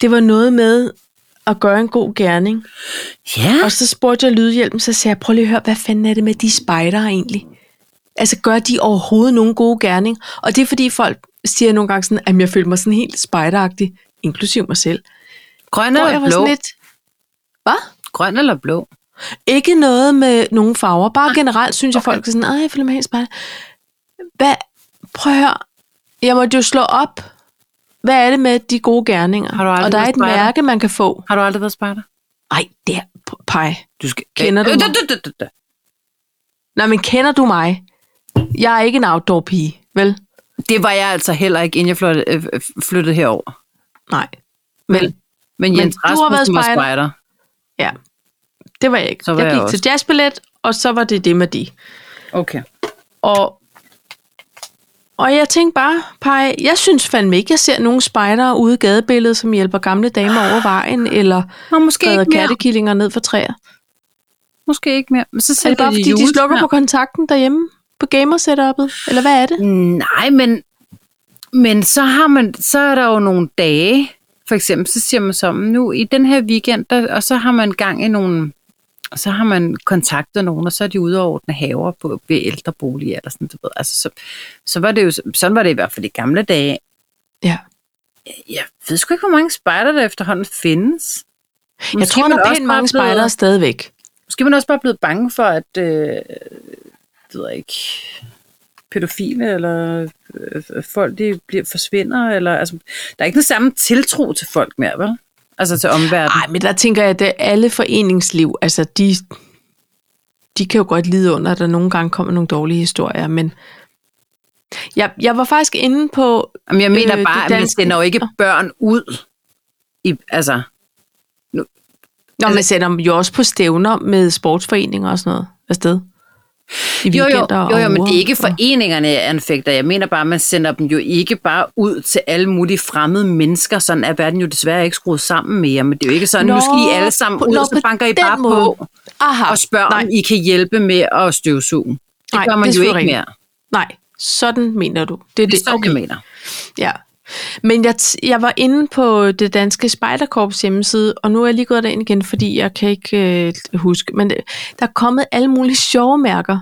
[SPEAKER 1] Det var noget med at gøre en god gerning.
[SPEAKER 2] Ja.
[SPEAKER 1] Og så spurgte jeg lydhjælpen, så sagde jeg, prøv lige at høre, hvad fanden er det med de spejdere egentlig? Altså, gør de overhovedet nogen gode gerning? Og det er fordi folk siger nogle gange sådan, at jeg føler mig sådan helt spejderagtig, inklusiv mig selv.
[SPEAKER 2] Grøn
[SPEAKER 1] Hvor jeg
[SPEAKER 2] eller
[SPEAKER 1] var
[SPEAKER 2] blå?
[SPEAKER 1] sådan lidt, hvad?
[SPEAKER 2] Grøn eller blå?
[SPEAKER 1] Ikke noget med nogen farver.
[SPEAKER 2] Ah,
[SPEAKER 1] Bare generelt synes jeg, folk er sådan, at jeg føler mig helt spejder. Hvad? Prøv at høre. Jeg måtte jo slå op. Hvad er det med de gode gerninger?
[SPEAKER 2] Har du aldrig
[SPEAKER 1] og der er
[SPEAKER 2] været
[SPEAKER 1] et
[SPEAKER 2] spejder?
[SPEAKER 1] mærke, man kan få.
[SPEAKER 2] Har du aldrig været spejder?
[SPEAKER 1] Ej, der, pej.
[SPEAKER 2] Du skal...
[SPEAKER 1] Kender du
[SPEAKER 2] Øh,
[SPEAKER 1] mig?
[SPEAKER 2] da, da, da, da.
[SPEAKER 1] Nej, men kender du mig? Jeg er ikke en outdoor-pige, vel?
[SPEAKER 2] Det var jeg altså heller ikke, inden jeg flyttede, øh, øh, flyttede herover.
[SPEAKER 1] Nej. Vel,
[SPEAKER 2] Men Jens
[SPEAKER 1] du har været
[SPEAKER 2] Rasmussen var
[SPEAKER 1] spejder.
[SPEAKER 2] spejder.
[SPEAKER 1] ja. Det var jeg ikke.
[SPEAKER 2] Så var
[SPEAKER 1] jeg
[SPEAKER 2] jeg
[SPEAKER 1] gik
[SPEAKER 2] også.
[SPEAKER 1] til jazzballet, og så var det det med de.
[SPEAKER 2] Okay.
[SPEAKER 1] Og, og jeg tænkte bare, Paj, jeg synes fandme ikke, jeg ser nogen spejdere ude i gadebilledet, som hjælper gamle damer over vejen, eller
[SPEAKER 2] Nå, måske
[SPEAKER 1] redder
[SPEAKER 2] ikke mere.
[SPEAKER 1] kattekillinger ned fra træer.
[SPEAKER 2] Måske ikke mere. Men så
[SPEAKER 1] Er det
[SPEAKER 2] sælger
[SPEAKER 1] bare, fordi de slukker på kontakten derhjemme? På gamersetupet? Eller hvad er det?
[SPEAKER 2] Nej, men, men så, har man, så er der jo nogle dage, for eksempel, så siger man som nu i den her weekend, der, og så har man gang i nogle, så har man kontaktet nogen, og så er de ude og ordne haver på, ved ældreboliger, eller sådan, du ved. Altså, så, så var det jo, sådan var det i hvert fald i gamle dage.
[SPEAKER 1] Ja.
[SPEAKER 2] Jeg ved sgu ikke, hvor mange spejder der efterhånden findes. Måske
[SPEAKER 1] Jeg tror,
[SPEAKER 2] man
[SPEAKER 1] der er
[SPEAKER 2] også
[SPEAKER 1] pænt
[SPEAKER 2] bare
[SPEAKER 1] mange
[SPEAKER 2] blevet-
[SPEAKER 1] spejdere stadigvæk.
[SPEAKER 2] Måske er man også bare blevet bange for, at, øh, det ved jeg ikke, pædofile eller øh, folk, de bliver, forsvinder, eller, altså, der er ikke den samme tiltro til folk mere, vel? Altså til omverdenen.
[SPEAKER 1] Nej, men der tænker jeg, at det er alle foreningsliv, altså de, de kan jo godt lide under, at der nogle gange kommer nogle dårlige historier, men jeg, jeg var faktisk inde på,
[SPEAKER 2] Jamen, jeg
[SPEAKER 1] Øh,
[SPEAKER 2] mener øh,
[SPEAKER 1] det
[SPEAKER 2] bare, at man
[SPEAKER 1] danske-
[SPEAKER 2] sender jo ikke børn ud. I, altså,
[SPEAKER 1] når man sender dem jo også på stævner med sportsforeninger og sådan noget afsted. I
[SPEAKER 2] jo, jo,
[SPEAKER 1] weekender
[SPEAKER 2] jo, jo,
[SPEAKER 1] og
[SPEAKER 2] men det er
[SPEAKER 1] uger.
[SPEAKER 2] ikke foreningerne, jeg anfægter. Jeg mener bare, at man sender dem jo ikke bare ud til alle mulige fremmede mennesker. Sådan er verden jo desværre ikke skruet sammen mere. Men det er jo ikke sådan,
[SPEAKER 1] Nå,
[SPEAKER 2] nu skal I alle sammen
[SPEAKER 1] på-
[SPEAKER 2] ud,
[SPEAKER 1] nå,
[SPEAKER 2] og så
[SPEAKER 1] på
[SPEAKER 2] banker I
[SPEAKER 1] den
[SPEAKER 2] bare
[SPEAKER 1] måde.
[SPEAKER 2] på.
[SPEAKER 1] Aha,
[SPEAKER 2] og spørger,
[SPEAKER 1] nej,
[SPEAKER 2] om I kan hjælpe med at støvsuge. Det
[SPEAKER 1] Nej,
[SPEAKER 2] gør man
[SPEAKER 1] det er
[SPEAKER 2] jo
[SPEAKER 1] selvfølgelig
[SPEAKER 2] ikke mere.
[SPEAKER 1] nej, sådan mener du. Det er
[SPEAKER 2] Det er
[SPEAKER 1] det,
[SPEAKER 2] sådan, okay. jeg mener.
[SPEAKER 1] Ja. Men jeg, t- jeg var inde på det danske spejderkorps hjemmeside, og nu er jeg lige gået derind igen, fordi jeg kan ikke øh, huske. Men øh, der er kommet alle mulige sjove mærker,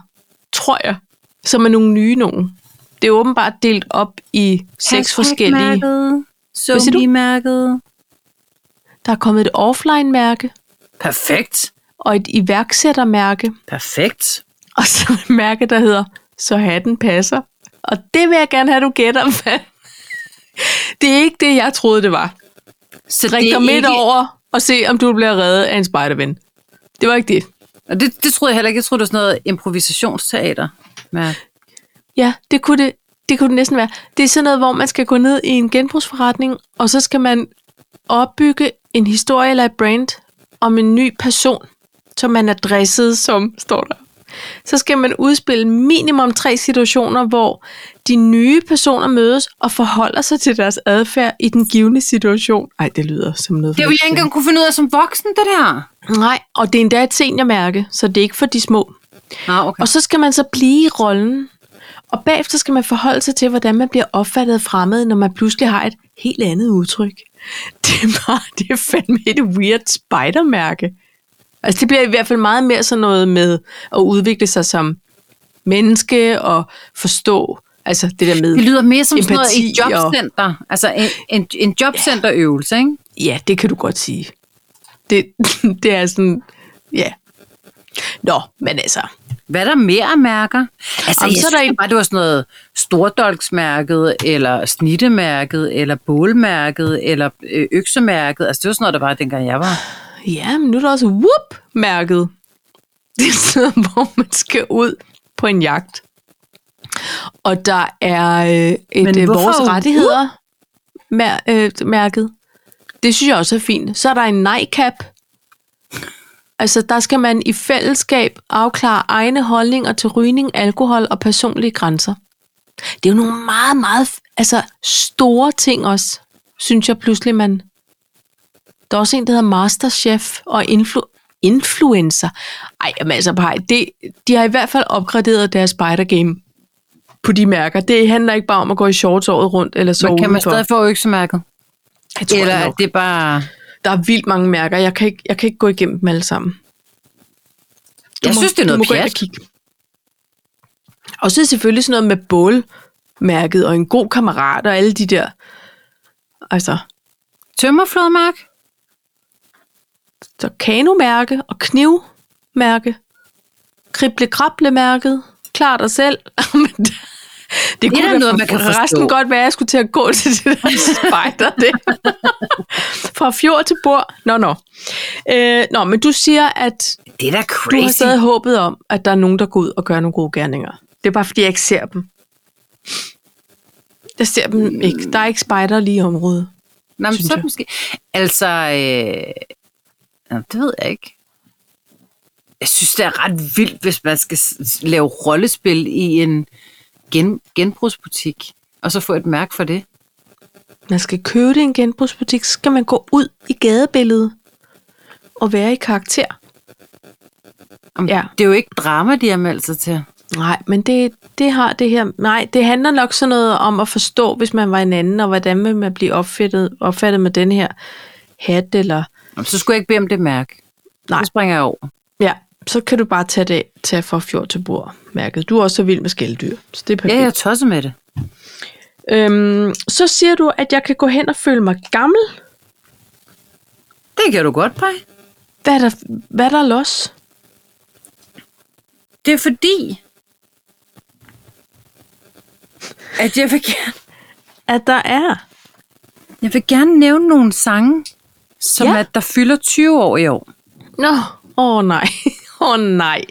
[SPEAKER 1] tror jeg, som er nogle nye nogen. Det er åbenbart delt op i seks forskellige. Hvad siger du?
[SPEAKER 2] Somi-mærket.
[SPEAKER 1] Der er kommet et offline-mærke
[SPEAKER 2] Perfekt.
[SPEAKER 1] og et iværksættermærke,
[SPEAKER 2] Perfekt.
[SPEAKER 1] og så et mærke, der hedder Så hatten passer. Og det vil jeg gerne have, du gætter, hvad. Det er ikke det, jeg troede, det var.
[SPEAKER 2] Så
[SPEAKER 1] Drik dig midt over og se, om du bliver reddet af en spejderven. Det var ikke det.
[SPEAKER 2] Og det, det troede jeg heller ikke. Jeg troede, det var sådan noget improvisationsteater. Men
[SPEAKER 1] Ja, det kunne det, det kunne det næsten være. Det er sådan noget, hvor man skal gå ned i en genbrugsforretning, og så skal man opbygge en historie eller et brand om en ny person, som man er dresset som, står der. Så skal man udspille minimum tre situationer, hvor de nye personer mødes og forholder sig til deres adfærd i den givende situation. Ej, det lyder som noget.
[SPEAKER 2] det
[SPEAKER 1] fra
[SPEAKER 2] ville jeg ikke engang kunne finde ud af som voksen, det der.
[SPEAKER 1] Nej, og det er endda et seniormærke, så det er ikke for de små.
[SPEAKER 2] Nå, okay.
[SPEAKER 1] Og så skal man så blive i rollen. Og bagefter skal man forholde sig til, hvordan man bliver opfattet af fremmede, når man pludselig har et helt andet udtryk. Det er, bare, det er fandme et weird spidermærke. Altså det bliver i hvert fald meget mere sådan noget med at udvikle sig som menneske og forstå, Altså det der med...
[SPEAKER 2] Det lyder mere som sådan noget i
[SPEAKER 1] Empati og-
[SPEAKER 2] jobcenter. Altså en, en, en jobcenterøvelse, ikke?
[SPEAKER 1] Ja, det kan du godt sige. Det, det er sådan... Ja. Nå, men altså...
[SPEAKER 2] Hvad er der mere af mærker? Altså,
[SPEAKER 1] Jamen,
[SPEAKER 2] Jamen, jeg
[SPEAKER 1] så er
[SPEAKER 2] så
[SPEAKER 1] der
[SPEAKER 2] der
[SPEAKER 1] en-
[SPEAKER 2] bare, det var sådan noget stordolksmærket, eller snittemærket, eller bålmærket, eller øh, øksemærket. Altså, det var sådan noget, der var, dengang jeg var.
[SPEAKER 1] Ja, men nu er der også whoop-mærket. Det er sådan, noget, hvor man skal ud på en jagt. Og der er øh, et
[SPEAKER 2] Men
[SPEAKER 1] øh,
[SPEAKER 2] hvorfor
[SPEAKER 1] vores
[SPEAKER 2] whoop?
[SPEAKER 1] rettigheder mær- øh, mærket. Det synes jeg også er fint. Så er der en nej-cap. Altså, der skal man i fællesskab afklare egne holdninger til rygning, alkohol og personlige grænser. Det er jo nogle meget, meget altså, store ting også, synes jeg pludselig, man... Der er også en, der hedder Masterchef og influ- Influencer. Ej, jamen altså, pej, det, de har i hvert fald opgraderet deres spider-game på de mærker. Det handler ikke bare om at gå i shorts året rundt, eller så
[SPEAKER 2] Men kan man stadig få øksemærket?
[SPEAKER 1] Jeg tror
[SPEAKER 2] Eller
[SPEAKER 1] jeg
[SPEAKER 2] er
[SPEAKER 1] nok.
[SPEAKER 2] det bare...
[SPEAKER 1] Der er vildt mange mærker. Jeg kan ikke, jeg kan ikke gå igennem dem alle sammen. Du
[SPEAKER 2] Jeg synes, det er
[SPEAKER 1] du
[SPEAKER 2] noget
[SPEAKER 1] gå ind
[SPEAKER 2] pjat.
[SPEAKER 1] Og, kigge. og så er det selvfølgelig sådan noget med bålmærket og en god kammerat og alle de der... Altså,
[SPEAKER 2] Tømmerflodmærk?
[SPEAKER 1] så kanomærke og knivmærke. Krible-krable-mærket. Klar dig selv. Men det, det kunne
[SPEAKER 2] da
[SPEAKER 1] da
[SPEAKER 2] noget,
[SPEAKER 1] for
[SPEAKER 2] man kan
[SPEAKER 1] resten
[SPEAKER 2] forstå.
[SPEAKER 1] godt være, at jeg skulle til at gå til det der spejder. Det. Fra fjord til bord. Nå, nå. Øh, nå, men du siger, at
[SPEAKER 2] Det er
[SPEAKER 1] Du
[SPEAKER 2] da
[SPEAKER 1] har
[SPEAKER 2] crazy.
[SPEAKER 1] stadig håbet om, at der er nogen, der går ud og gør nogle gode gerninger. Det er bare, fordi jeg ikke ser dem. Jeg ser dem ikke. Der er ikke spejder lige i området.
[SPEAKER 2] Nå, men
[SPEAKER 1] synes
[SPEAKER 2] så
[SPEAKER 1] jeg.
[SPEAKER 2] måske... Altså, øh... Nå, det ved jeg ikke. Jeg synes, det er ret vildt, hvis man skal s- s- lave rollespil i en gen, genbrugsbutik, og så få et mærke for det.
[SPEAKER 1] Man skal købe det i en genbrugsbutik, så skal man gå ud i gadebilledet og være i karakter.
[SPEAKER 2] Om,
[SPEAKER 1] Ja.
[SPEAKER 2] ja. Det er jo ikke drama, de har meldt sig til.
[SPEAKER 1] Nej, men det, det har det her... Nej, det handler nok sådan noget om at forstå, hvis man var en anden, og hvordan vil man blive opfattet, opfattet med den her hat, eller...
[SPEAKER 2] Nå, Så skulle jeg ikke bede om det mærke.
[SPEAKER 1] Nej.
[SPEAKER 2] Så springer jeg over.
[SPEAKER 1] Ja, så kan du bare tage det tage fra fjord til bord, mærket. Du er også så vild med skældyr, så det er perfekt.
[SPEAKER 2] Ja, jeg er tosset med det.
[SPEAKER 1] Øhm, så siger du, at jeg kan gå hen og føle mig gammel.
[SPEAKER 2] Det kan du godt, Paj.
[SPEAKER 1] Hvad er der, hvad er der los?
[SPEAKER 2] Det er fordi, at jeg vil gerne
[SPEAKER 1] At der er.
[SPEAKER 2] Jeg vil gerne nævne nogle sange, som
[SPEAKER 1] Ja.
[SPEAKER 2] ja. at der fylder 20 år i år.
[SPEAKER 1] Nå, åh oh, nej. Åh oh, nej.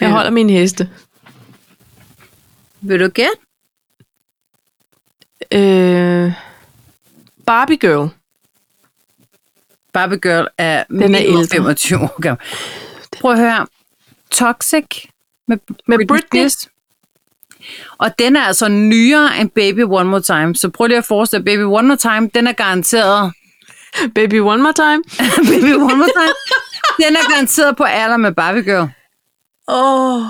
[SPEAKER 1] Jeg
[SPEAKER 2] Ja.
[SPEAKER 1] holder min heste.
[SPEAKER 2] Vil du gætte?
[SPEAKER 1] Øh, Barbie Girl.
[SPEAKER 2] Barbie Girl er,
[SPEAKER 1] er
[SPEAKER 2] minimum
[SPEAKER 1] ældre.
[SPEAKER 2] 25 år gammel. Prøv at høre. Toxic med,
[SPEAKER 1] Med
[SPEAKER 2] Britney.
[SPEAKER 1] Britney.
[SPEAKER 2] Spears. Og den er altså nyere end Baby One More Time. Så prøv lige at forestille dig, Baby One More Time, den er garanteret.
[SPEAKER 1] Baby One More Time.
[SPEAKER 2] Baby One More Time, den er garanteret på alder med Barbie Girl.
[SPEAKER 1] Åh. Oh.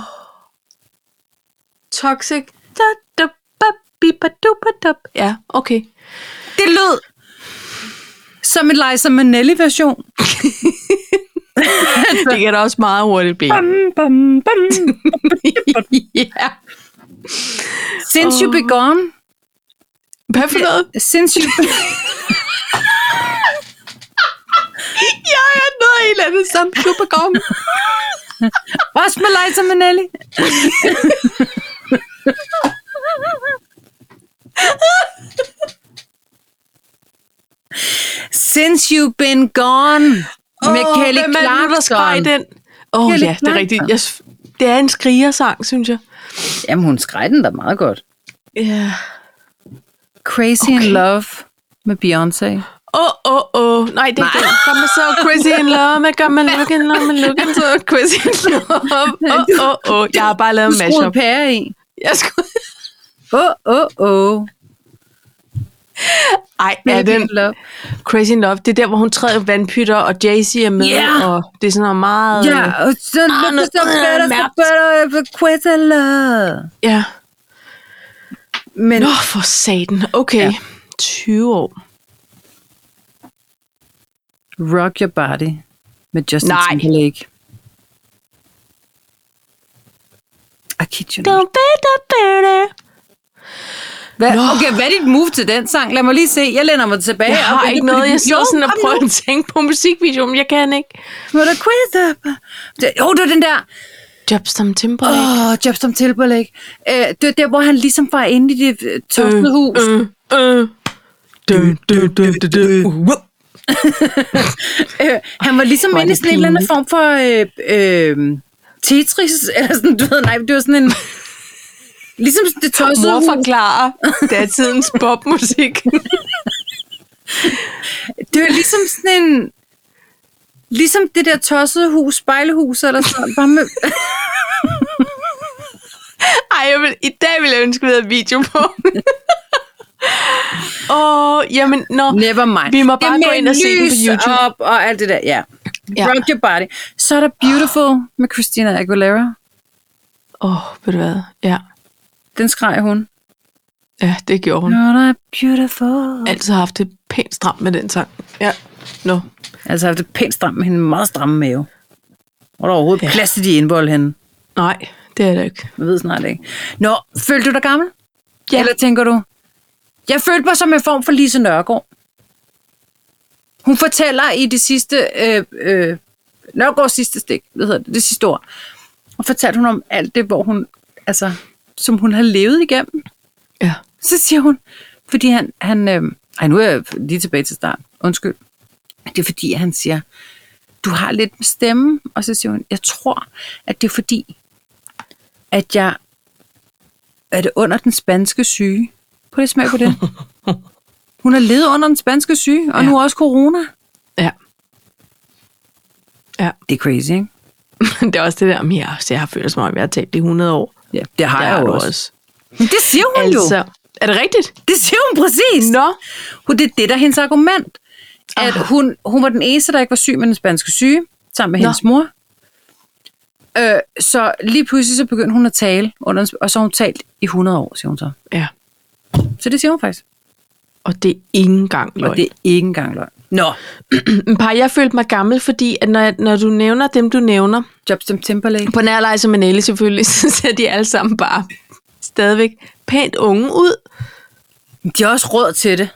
[SPEAKER 1] Toxic. Da, da, ba, bi, ba, du, ba, da. Ja, okay.
[SPEAKER 2] Det lød som en Liza Minnelli-version.
[SPEAKER 1] Det kan da også meget hurtigt blive.
[SPEAKER 2] Bum, bum.
[SPEAKER 1] ja.
[SPEAKER 2] Since you be gone,
[SPEAKER 1] Hvad for noget?
[SPEAKER 2] Since you...
[SPEAKER 1] Jeg er noget helt andet som Supergom.
[SPEAKER 2] Også med Liza Minnelli. Since you've been gone. Med
[SPEAKER 1] Åh,
[SPEAKER 2] Kelly
[SPEAKER 1] hvem er det nu, der skreg
[SPEAKER 2] Clarkson.
[SPEAKER 1] den? Åh oh,
[SPEAKER 2] Kelly
[SPEAKER 1] ja, det er rigtigt.
[SPEAKER 2] Clarkson.
[SPEAKER 1] Jeg, s- det er en skrigersang, synes jeg.
[SPEAKER 2] Jamen, hun skreg den da meget godt.
[SPEAKER 1] Ja.
[SPEAKER 2] Crazy okay. in Love med Beyoncé.
[SPEAKER 1] Åh, åh, åh. Nej, det er ikke den. Kom med så, crazy in love. Man gør man look in love, man look in so crazy in love. Åh, åh, åh. Jeg har bare lavet
[SPEAKER 2] Du
[SPEAKER 1] en
[SPEAKER 2] skruede
[SPEAKER 1] mashup.
[SPEAKER 2] pære i.
[SPEAKER 1] Jeg skulle...
[SPEAKER 2] Åh, åh, åh.
[SPEAKER 1] Ej, er den Crazy in Love? Det er der, hvor hun træder vandpytter, og Jay-Z er med,
[SPEAKER 2] Ja.
[SPEAKER 1] og det er sådan noget meget...
[SPEAKER 2] Ja, og så look
[SPEAKER 1] noget-
[SPEAKER 2] at the better, the
[SPEAKER 1] mærkt.
[SPEAKER 2] better, the quitter love.
[SPEAKER 1] ja.
[SPEAKER 2] Men
[SPEAKER 1] Nå, for satan. Okay.
[SPEAKER 2] Ja.
[SPEAKER 1] 20 år.
[SPEAKER 2] Rock Your Body med Justin
[SPEAKER 1] Nej.
[SPEAKER 2] Timberlake. I Kitchen.
[SPEAKER 1] Go better, better.
[SPEAKER 2] Hvad, okay, hvad er dit move til den sang? Lad mig lige se. Jeg læner mig tilbage.
[SPEAKER 1] Jeg har ikke noget. Jeg sidder sådan og prøver at tænke på musikvideo, men jeg kan ikke.
[SPEAKER 2] Må du quiz Jo, det var den der.
[SPEAKER 1] Job som Timberlake.
[SPEAKER 2] Åh, oh, Jobstam Tilberlake. Øh, det var der, hvor han ligesom var inde i det øh, tossede
[SPEAKER 1] Øh,
[SPEAKER 2] hus.
[SPEAKER 1] øh, øh. Du, du, du, du, du. Uh, wup.
[SPEAKER 2] Øh, han var ligesom
[SPEAKER 1] mm. Hvor er
[SPEAKER 2] inde i
[SPEAKER 1] det
[SPEAKER 2] sådan en eller anden form for øh, øh, Tetris, eller sådan, du ved, nej, det var sådan en... Ligesom det tossede
[SPEAKER 1] Mor
[SPEAKER 2] hus.
[SPEAKER 1] forklarer datidens popmusik.
[SPEAKER 2] Det var ligesom sådan en... Ligesom det der tossede hus, spejlehus eller sådan bare med,
[SPEAKER 1] Ej, jeg vil, i dag ville jeg ønske, at vi havde video på. Åh, oh, jamen, nå.
[SPEAKER 2] Never mind.
[SPEAKER 1] Vi må bare
[SPEAKER 2] det
[SPEAKER 1] gå
[SPEAKER 2] med
[SPEAKER 1] ind og se den på
[SPEAKER 2] lys
[SPEAKER 1] YouTube.
[SPEAKER 2] Op og alt det der, ja.
[SPEAKER 1] Ja.
[SPEAKER 2] ja. Rock your body. Så er der Beautiful med Christina Aguilera.
[SPEAKER 1] Åh, oh, ved du hvad? Ja.
[SPEAKER 2] Den skreg hun.
[SPEAKER 1] ja, det gjorde hun.
[SPEAKER 2] You're not beautiful.
[SPEAKER 1] Altid har haft det pænt stramt med den sang. Ja. Nå.
[SPEAKER 2] Altså, jeg har haft et pænt stramt med hende, meget stramme mave. Hvor er der overhovedet
[SPEAKER 1] Ja.
[SPEAKER 2] ja. plads til de indvold henne?
[SPEAKER 1] Nej, det er det ikke.
[SPEAKER 2] Jeg ved snart ikke. Nå, følte du dig gammel?
[SPEAKER 1] Ja.
[SPEAKER 2] Eller tænker du? Jeg følte mig som en form for Lise Nørgaard. Hun fortæller i det sidste, øh, øh, Nørgaards sidste stik, hvad hedder det, det sidste ord. Og fortalte hun om alt det, hvor hun, altså, som hun har levet igennem.
[SPEAKER 1] Ja.
[SPEAKER 2] Så siger hun, fordi han, han øh, ej, nu er jeg lige tilbage til start, undskyld. Det er fordi, han siger, du har lidt med stemmen, og så siger hun, jeg tror, at det er fordi, at jeg er det under den spanske syge. Prøv lige at smag på det. Hun har levet under den spanske syge, og
[SPEAKER 1] Ja.
[SPEAKER 2] ja. nu også corona.
[SPEAKER 1] Ja. Ja,
[SPEAKER 2] Det er crazy, ikke?
[SPEAKER 1] det er også det der, men jeg, altså, jeg har følt som om, jeg har talt i 100 år.
[SPEAKER 2] Ja, det har
[SPEAKER 1] Det
[SPEAKER 2] jeg
[SPEAKER 1] har
[SPEAKER 2] jo
[SPEAKER 1] du
[SPEAKER 2] også. Men det siger hun altså. jo.
[SPEAKER 1] Altså, er det rigtigt?
[SPEAKER 2] Det siger hun præcis.
[SPEAKER 1] Nå.
[SPEAKER 2] Hun, det er det, der er hendes argument. At
[SPEAKER 1] Aha.
[SPEAKER 2] hun, hun var den eneste, der ikke var syg med den spanske syge, sammen med
[SPEAKER 1] Nå.
[SPEAKER 2] hendes mor. Øh, så lige pludselig så begyndte hun at tale, under, en sp- og så har hun talt i 100 år, siger hun så.
[SPEAKER 1] Ja,
[SPEAKER 2] Så det siger hun faktisk.
[SPEAKER 1] og det er ikke engang løgn.
[SPEAKER 2] Og det er ikke engang løgn. Nå,
[SPEAKER 1] Men par, jeg følte mig gammel, fordi at når, jeg- når du nævner dem, du nævner,
[SPEAKER 2] Jobstam Timberlake.
[SPEAKER 1] på nærleje som en elle selvfølgelig, så ser de alle sammen bare stadigvæk pænt unge ud.
[SPEAKER 2] De har også råd til det.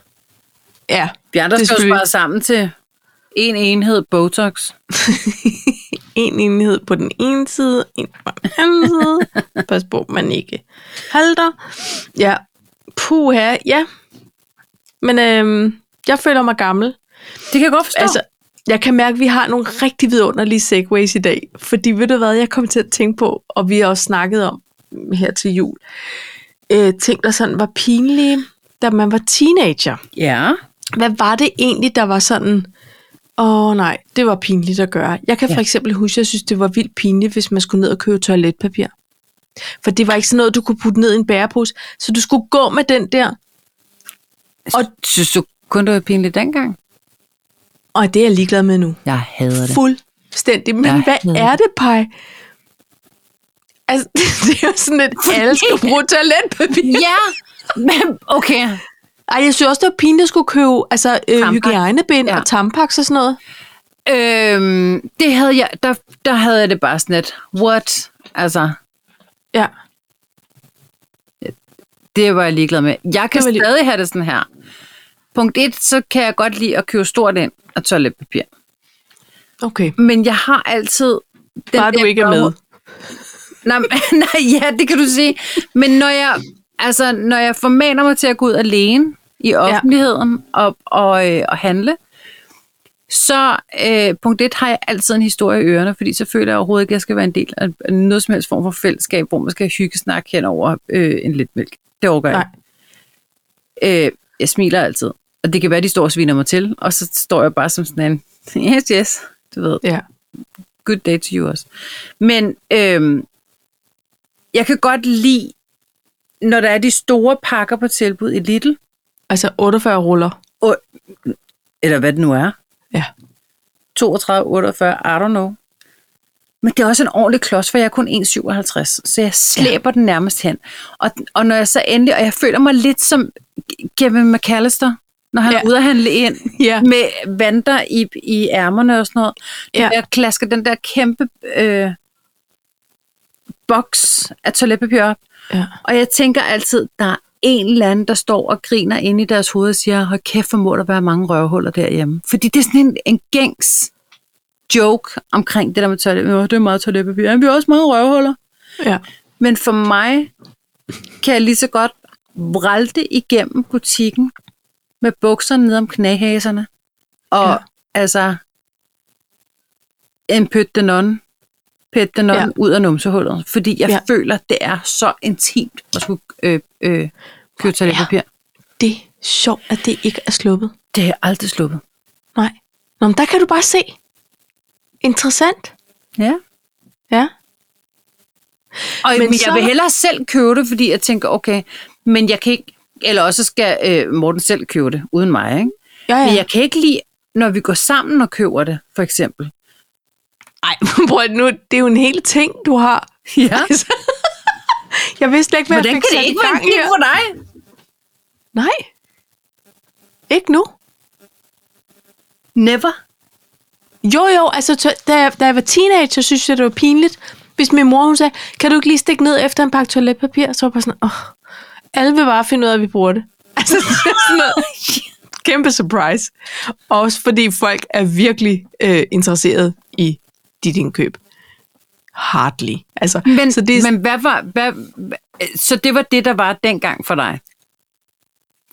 [SPEAKER 1] Ja,
[SPEAKER 2] Vi andre
[SPEAKER 1] det er
[SPEAKER 2] skal jo
[SPEAKER 1] selvfølgelig
[SPEAKER 2] spare sammen til en enhed Botox.
[SPEAKER 1] en enhed på den ene side, en på den anden side. Pas på, man ikke halter. Ja, puha, ja. Men øhm, jeg føler mig gammel.
[SPEAKER 2] Det kan jeg godt forstå.
[SPEAKER 1] Altså, jeg kan mærke, at vi har nogle rigtig vidunderlige segways i dag. Fordi ved du hvad, jeg kom til at tænke på, og vi har også snakket om her til jul, øh, ting, der sådan var pinlige, da man var teenager.
[SPEAKER 2] ja.
[SPEAKER 1] Hvad var det egentlig, der var sådan, åh oh, nej, det var pinligt at gøre. Jeg kan for
[SPEAKER 2] Ja.
[SPEAKER 1] eksempel huske, at jeg synes, det var vildt pinligt, hvis man skulle ned og købe toiletpapir. For det var ikke sådan noget, du kunne putte ned i en bærepose. Så du skulle gå med den der.
[SPEAKER 2] Og synes du kun, det var pinligt dengang?
[SPEAKER 1] Og det er jeg ligeglad med nu.
[SPEAKER 2] Jeg hader det.
[SPEAKER 1] Fuldstændig. Men
[SPEAKER 2] Ja,
[SPEAKER 1] hvad
[SPEAKER 2] ved det.
[SPEAKER 1] er det, Paj? Altså, det er jo sådan, at alle skal bruge toiletpapir.
[SPEAKER 2] Ja, men okay.
[SPEAKER 1] Ej, jeg synes også, det var pinligt at skulle købe altså, øh,
[SPEAKER 2] Tampax.
[SPEAKER 1] hygiejnebind ja.
[SPEAKER 2] Ja.
[SPEAKER 1] og tampax og sådan noget.
[SPEAKER 2] Øhm, det havde jeg, der, der havde jeg det bare sådan lidt, what? Altså,
[SPEAKER 1] Ja.
[SPEAKER 2] det var jeg ligeglad med. Jeg kan
[SPEAKER 1] Det var lige-
[SPEAKER 2] stadig have det sådan her. Punkt et, så kan jeg godt lide at købe stort ind og toiletpapir.
[SPEAKER 1] Okay.
[SPEAKER 2] Men jeg har altid... Den
[SPEAKER 1] Bare du ikke er med.
[SPEAKER 2] Nej, men- nej, ja, det kan du sige. Men når jeg, altså, når jeg formaner mig til at gå ud alene i offentligheden ja. og, og, øh, og handle, så øh, punkt et har jeg altid en historie i ørerne, fordi så føler jeg overhovedet ikke, at jeg skal være en del af af noget som helst form for fællesskab, hvor man skal hygge snak hen over øh, en lidt mælk. Det overgår jeg
[SPEAKER 1] Nej.
[SPEAKER 2] ikke. Øh, jeg smiler altid. Og det kan være, at de står og sviner mig til, og så står jeg bare som sådan en, yes, yes, du ved
[SPEAKER 1] Ja.
[SPEAKER 2] good day to you også. Men øhm, jeg kan godt lide, når der er de store pakker på tilbud i Lidl,
[SPEAKER 1] Altså 48 ruller.
[SPEAKER 2] og, eller hvad det nu er,
[SPEAKER 1] Ja.
[SPEAKER 2] 32, 48, I don't know. Men det er også en ordentlig klods, for jeg er kun 1,57, så jeg slæber ja. den nærmest hen. Og, og når jeg så endelig, og jeg føler mig lidt som Kevin McAllister, når han
[SPEAKER 1] Ja.
[SPEAKER 2] ja. er ude at handle ind
[SPEAKER 1] Ja.
[SPEAKER 2] med vanter i, i ærmerne og sådan noget.
[SPEAKER 1] Ja.
[SPEAKER 2] Ja. Jeg klasker den der kæmpe øh, boks af toiletpapir op.
[SPEAKER 1] Ja.
[SPEAKER 2] Og jeg tænker altid, der er en eller anden, der står og griner inde i deres hoved og siger, hold kæft, hvor må der være mange røvhuller derhjemme. Fordi det er sådan en, en gængs joke omkring det der med toilet. "Åh, Det er meget toiletpapir. Ja, men vi har også mange røvhuller.
[SPEAKER 1] ja.
[SPEAKER 2] Men for mig kan jeg lige så godt vralte igennem butikken med bukserne ned om knæhæserne. Og
[SPEAKER 1] Ja.
[SPEAKER 2] ja. altså en pøt den on, pæt den on
[SPEAKER 1] Ja.
[SPEAKER 2] ja. ud af numsehullet. Fordi jeg
[SPEAKER 1] Ja.
[SPEAKER 2] ja. føler, det er så intimt at skulle øh, øh, købe toiletpapir.
[SPEAKER 1] Det er sjovt, at det ikke er sluppet.
[SPEAKER 2] Det har jeg aldrig sluppet.
[SPEAKER 1] Nej. Nå, men der kan du bare se. Interessant.
[SPEAKER 2] Ja.
[SPEAKER 1] Ja.
[SPEAKER 2] Og,
[SPEAKER 1] Men
[SPEAKER 2] men, men jeg
[SPEAKER 1] så-
[SPEAKER 2] vil hellere selv købe det, fordi jeg tænker, okay, men jeg kan ikke, eller også skal øh, Morten selv købe det, uden mig, ikke?
[SPEAKER 1] Ja,
[SPEAKER 2] Men jeg kan ikke lide, når vi går sammen og køber det, for eksempel.
[SPEAKER 1] Ej, prøv at nu, det er jo en hel ting, du har.
[SPEAKER 2] Ja.
[SPEAKER 1] Altså, jeg vidste slet ikke, hvad
[SPEAKER 2] Hvordan
[SPEAKER 1] jeg
[SPEAKER 2] kan
[SPEAKER 1] fik sat
[SPEAKER 2] det ikke
[SPEAKER 1] i
[SPEAKER 2] være
[SPEAKER 1] gang
[SPEAKER 2] en ting
[SPEAKER 1] her.
[SPEAKER 2] for dig?
[SPEAKER 1] Nej. Ikke nu.
[SPEAKER 2] Never.
[SPEAKER 1] Jo, jo, altså, tø- da jeg, da jeg var teenager, synes jeg, det var pinligt. Hvis min mor, hun sagde, kan du ikke lige stikke ned efter en pakke toiletpapir? Så var jeg bare sådan, åh, alle vil bare finde ud af, at vi bruger det. Altså, det er sådan noget. Kæmpe surprise. Også fordi folk er virkelig øh, interesseret i dit indkøb. Hardly. Altså,
[SPEAKER 2] Men,
[SPEAKER 1] så det er,
[SPEAKER 2] men hvad var, hvad, hvad- så det var det, der var dengang for dig?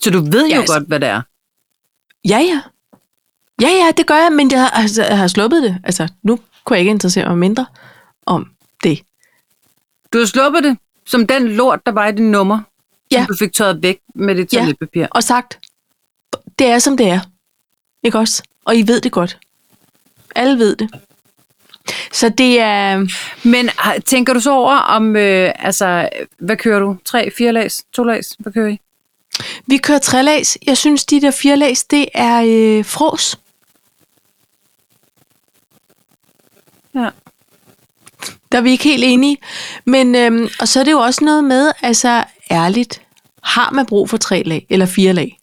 [SPEAKER 2] Så du ved
[SPEAKER 1] Ja,
[SPEAKER 2] jo
[SPEAKER 1] altså-
[SPEAKER 2] godt, hvad det er.
[SPEAKER 1] Ja, ja. Ja, ja, det gør jeg, men jeg, har- altså, jeg har sluppet det. Altså, nu kunne jeg ikke interessere mig mindre om det.
[SPEAKER 2] Du har sluppet det som den lort, der var i din nummer,
[SPEAKER 1] Ja.
[SPEAKER 2] som du fik tørret væk med dit
[SPEAKER 1] Ja.
[SPEAKER 2] toiletpapir.
[SPEAKER 1] Og sagt, det er, som det er. Ikke også? Og I ved det godt. Alle ved det. Så det er...
[SPEAKER 2] Men har- tænker du så over om, øh, altså, hvad kører du? Tre, fire lags, to lags? Hvad kører I?
[SPEAKER 1] Vi kører trælæs. Jeg synes, de der fire læs, det er øh, frås.
[SPEAKER 2] Ja.
[SPEAKER 1] Der er vi ikke helt enige. Men, øhm, og så er det jo også noget med, altså ærligt, har man brug for tre lag eller fire lag?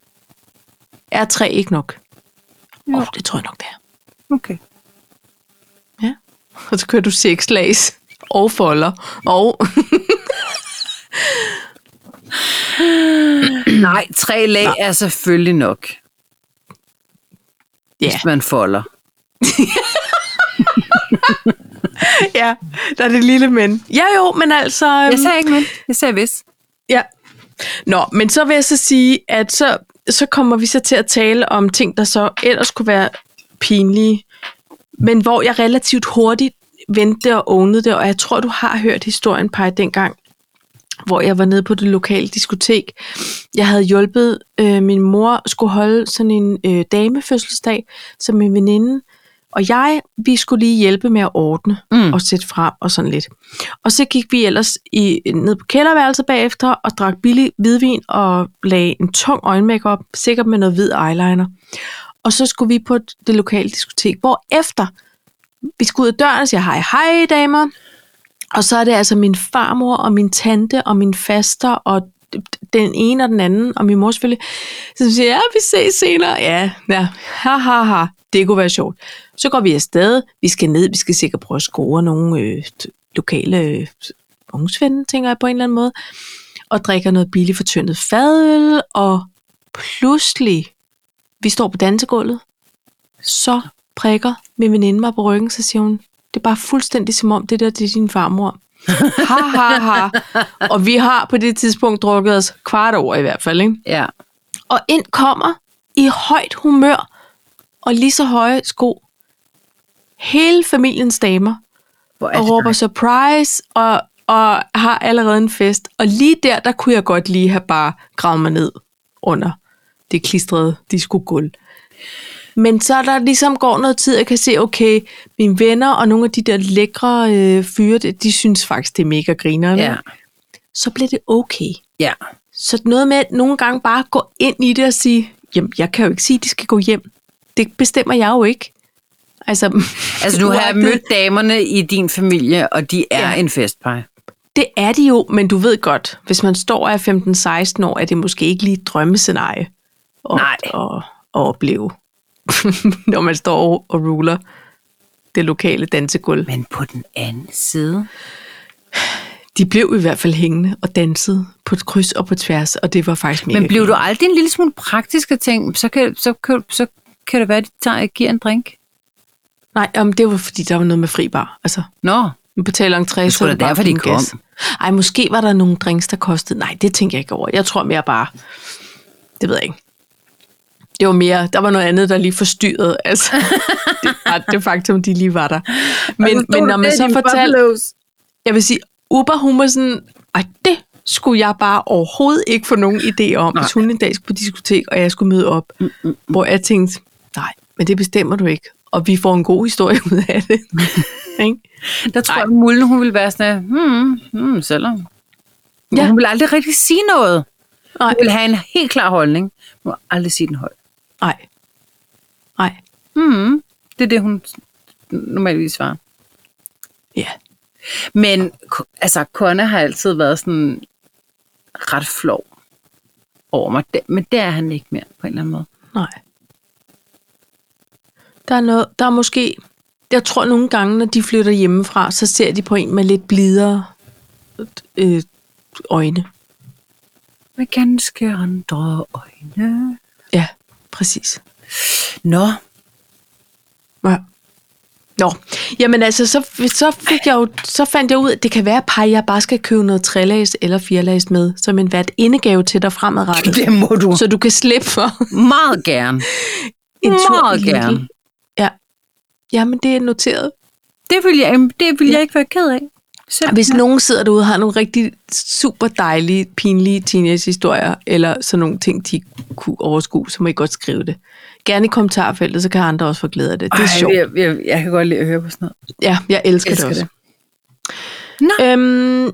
[SPEAKER 1] Er tre ikke nok? Åh, oh, det tror jeg nok, det er.
[SPEAKER 2] Okay.
[SPEAKER 1] Ja. Og så kører du seks lags og folder. Og
[SPEAKER 2] Nej, tre lag Nej. er selvfølgelig nok,
[SPEAKER 1] ja,
[SPEAKER 2] hvis man folder.
[SPEAKER 1] ja, der er det lille men. Ja jo, men altså... Øhm,
[SPEAKER 2] Jeg sagde ikke men. Jeg sagde hvis.
[SPEAKER 1] Ja. Nå, men så vil jeg så sige, at så, så kommer vi så til at tale om ting, der så ellers kunne være pinlige, men hvor jeg relativt hurtigt vendte og ownede det, og jeg tror, du har hørt historien, Paj, dengang, hvor jeg var nede på det lokale diskotek. Jeg havde hjulpet, øh, min mor skulle holde sådan en øh, damefødselsdag, som min veninde, og jeg, vi skulle lige hjælpe med at ordne mm.
[SPEAKER 2] Mm.
[SPEAKER 1] og sætte frem og sådan lidt. Og så gik vi ellers i, ned på kælderværelset bagefter og drak billig hvidvin og lagde en tung øjenmakeup, sikkert med noget hvid eyeliner. Og så skulle vi på det lokale diskotek, hvor efter vi skulle ud af døren og siger hej hej damer. Og så er det altså min farmor og min tante og min faster og den ene og den anden, og min mor selvfølgelig, som siger, ja, vi ses senere. Ja, ja, ha, ha, ha. Det kunne være sjovt. Så går vi afsted. Vi skal ned. Vi skal sikkert prøve at score nogle øh, t- lokale øh, ungsvende, tænker jeg på en eller anden måde. Og drikker noget billigt fortyndet fadøl. Og pludselig, vi står på dansegulvet, så prikker min veninde mig på ryggen, så siger hun, det er bare fuldstændig som om, det der det er din farmor. ha, ha, ha. Og vi har på det tidspunkt drukket os kvart over i hvert fald, ikke?
[SPEAKER 2] Ja.
[SPEAKER 1] Og ind kommer i højt humør og lige så høje sko hele familiens damer
[SPEAKER 2] Hvor er
[SPEAKER 1] og
[SPEAKER 2] det
[SPEAKER 1] råber
[SPEAKER 2] dejligt.
[SPEAKER 1] surprise og, og har allerede en fest. Og lige der, der kunne jeg godt lige have bare gravet mig ned under det klistrede disco-gulv. Men så er der ligesom går noget tid, jeg kan se, okay, mine venner og nogle af de der lækre øh, fyre, de, de synes faktisk, det er mega grineren.
[SPEAKER 2] Ja.
[SPEAKER 1] Så bliver det okay.
[SPEAKER 2] ja.
[SPEAKER 1] Så noget med at nogle gange bare gå ind i det og sige, jamen, jeg kan jo ikke sige, at de skal gå hjem. Det bestemmer jeg jo ikke. Altså,
[SPEAKER 2] Altså, nu har jeg
[SPEAKER 1] uagtet-
[SPEAKER 2] mødt damerne i din familie, og de er
[SPEAKER 1] Ja.
[SPEAKER 2] ja. en festpej.
[SPEAKER 1] Det er de jo, men du ved godt, hvis man står og er 15-16 år, er det måske ikke lige et drømmescenarie at,
[SPEAKER 2] Nej.
[SPEAKER 1] At, at opleve, når man står og ruler det lokale dansegulv.
[SPEAKER 2] Men på den anden side,
[SPEAKER 1] de blev i hvert fald hængende og dansede på et kryds og på tværs, og det var faktisk mega
[SPEAKER 2] Men blev du aldrig en lille smule praktisk og tænke, så kan, så, kan, så kan det være, at de tager og giver en drink?
[SPEAKER 1] Nej, om det var fordi, der var noget med fri bar. Altså,
[SPEAKER 2] Nå,
[SPEAKER 1] man betaler entré,
[SPEAKER 2] sgu da
[SPEAKER 1] det bare
[SPEAKER 2] derfor, de
[SPEAKER 1] fucking
[SPEAKER 2] kom.
[SPEAKER 1] gas. Ej, måske var der nogle drinks, der kostede. Nej, det tænker jeg ikke over. Jeg tror mere bare... Det ved jeg ikke. Det var mere... Der var noget andet, der lige forstyrrede. Altså, det, var det faktum, de lige var der.
[SPEAKER 2] Altså,
[SPEAKER 1] Men, men når man så fortalte... Jeg vil sige, Uber, hun var sådan, at det skulle jeg bare overhovedet ikke få nogen idé om,
[SPEAKER 2] Nej. Mm,
[SPEAKER 1] hvis hun en dag skulle på diskotek, og jeg skulle møde op. Mm-mm. Hvor jeg tænkte, nej, men det bestemmer du ikke. Og vi får en god historie ud af det. Ikke?
[SPEAKER 2] Der tror jeg, Mullen, hun ville være sådan, hmm, hmm, selvom. Ja.
[SPEAKER 1] Ja.
[SPEAKER 2] Hun ville aldrig rigtig sige noget.
[SPEAKER 1] nej,
[SPEAKER 2] Hun ville have en helt klar holdning. Hun ville aldrig sige den højt.
[SPEAKER 1] nej, nej.
[SPEAKER 2] Hmm, det er det, hun normalvis svarer.
[SPEAKER 1] Ja,
[SPEAKER 2] Men ko- altså, Connor har altid været sådan ret flov over mig. Det- Men det er han ikke mere, på en eller anden måde.
[SPEAKER 1] nej. Der er, noget, der er måske... Jeg tror nogle gange, når de flytter hjemmefra, så ser de på en med lidt blidere øh, øjne.
[SPEAKER 2] Med ganske andre øjne.
[SPEAKER 1] Ja, præcis.
[SPEAKER 2] Nå,
[SPEAKER 1] Ja. Nå, jamen altså, så, så, fik jeg jo, så fandt jeg ud, at det kan være, at par, jeg bare skal købe noget trælæs eller firlæs med, som en vært indegave til dig fremadrettet.
[SPEAKER 2] det må du
[SPEAKER 1] Så du kan slippe for
[SPEAKER 2] meget gerne.
[SPEAKER 1] en tur
[SPEAKER 2] Meget
[SPEAKER 1] i Lidl.
[SPEAKER 2] gerne.
[SPEAKER 1] Ja. Jamen, det er noteret.
[SPEAKER 2] Det vil jeg, det vil jeg ikke være ked af. Selv.
[SPEAKER 1] Hvis nogen sidder derude og har nogle rigtig super dejlige, pinlige teenagehistorier, eller sådan nogle ting, de ikke kunne overskue, så må I godt skrive det. Gerne i kommentarfeltet, så kan andre også få glæde af det. Det er sjovt.
[SPEAKER 2] Jeg, jeg, jeg kan godt lide at høre på sådan noget.
[SPEAKER 1] Ja, jeg elsker,
[SPEAKER 2] Elsker
[SPEAKER 1] elsker det også.
[SPEAKER 2] det. Nå.
[SPEAKER 1] Øhm,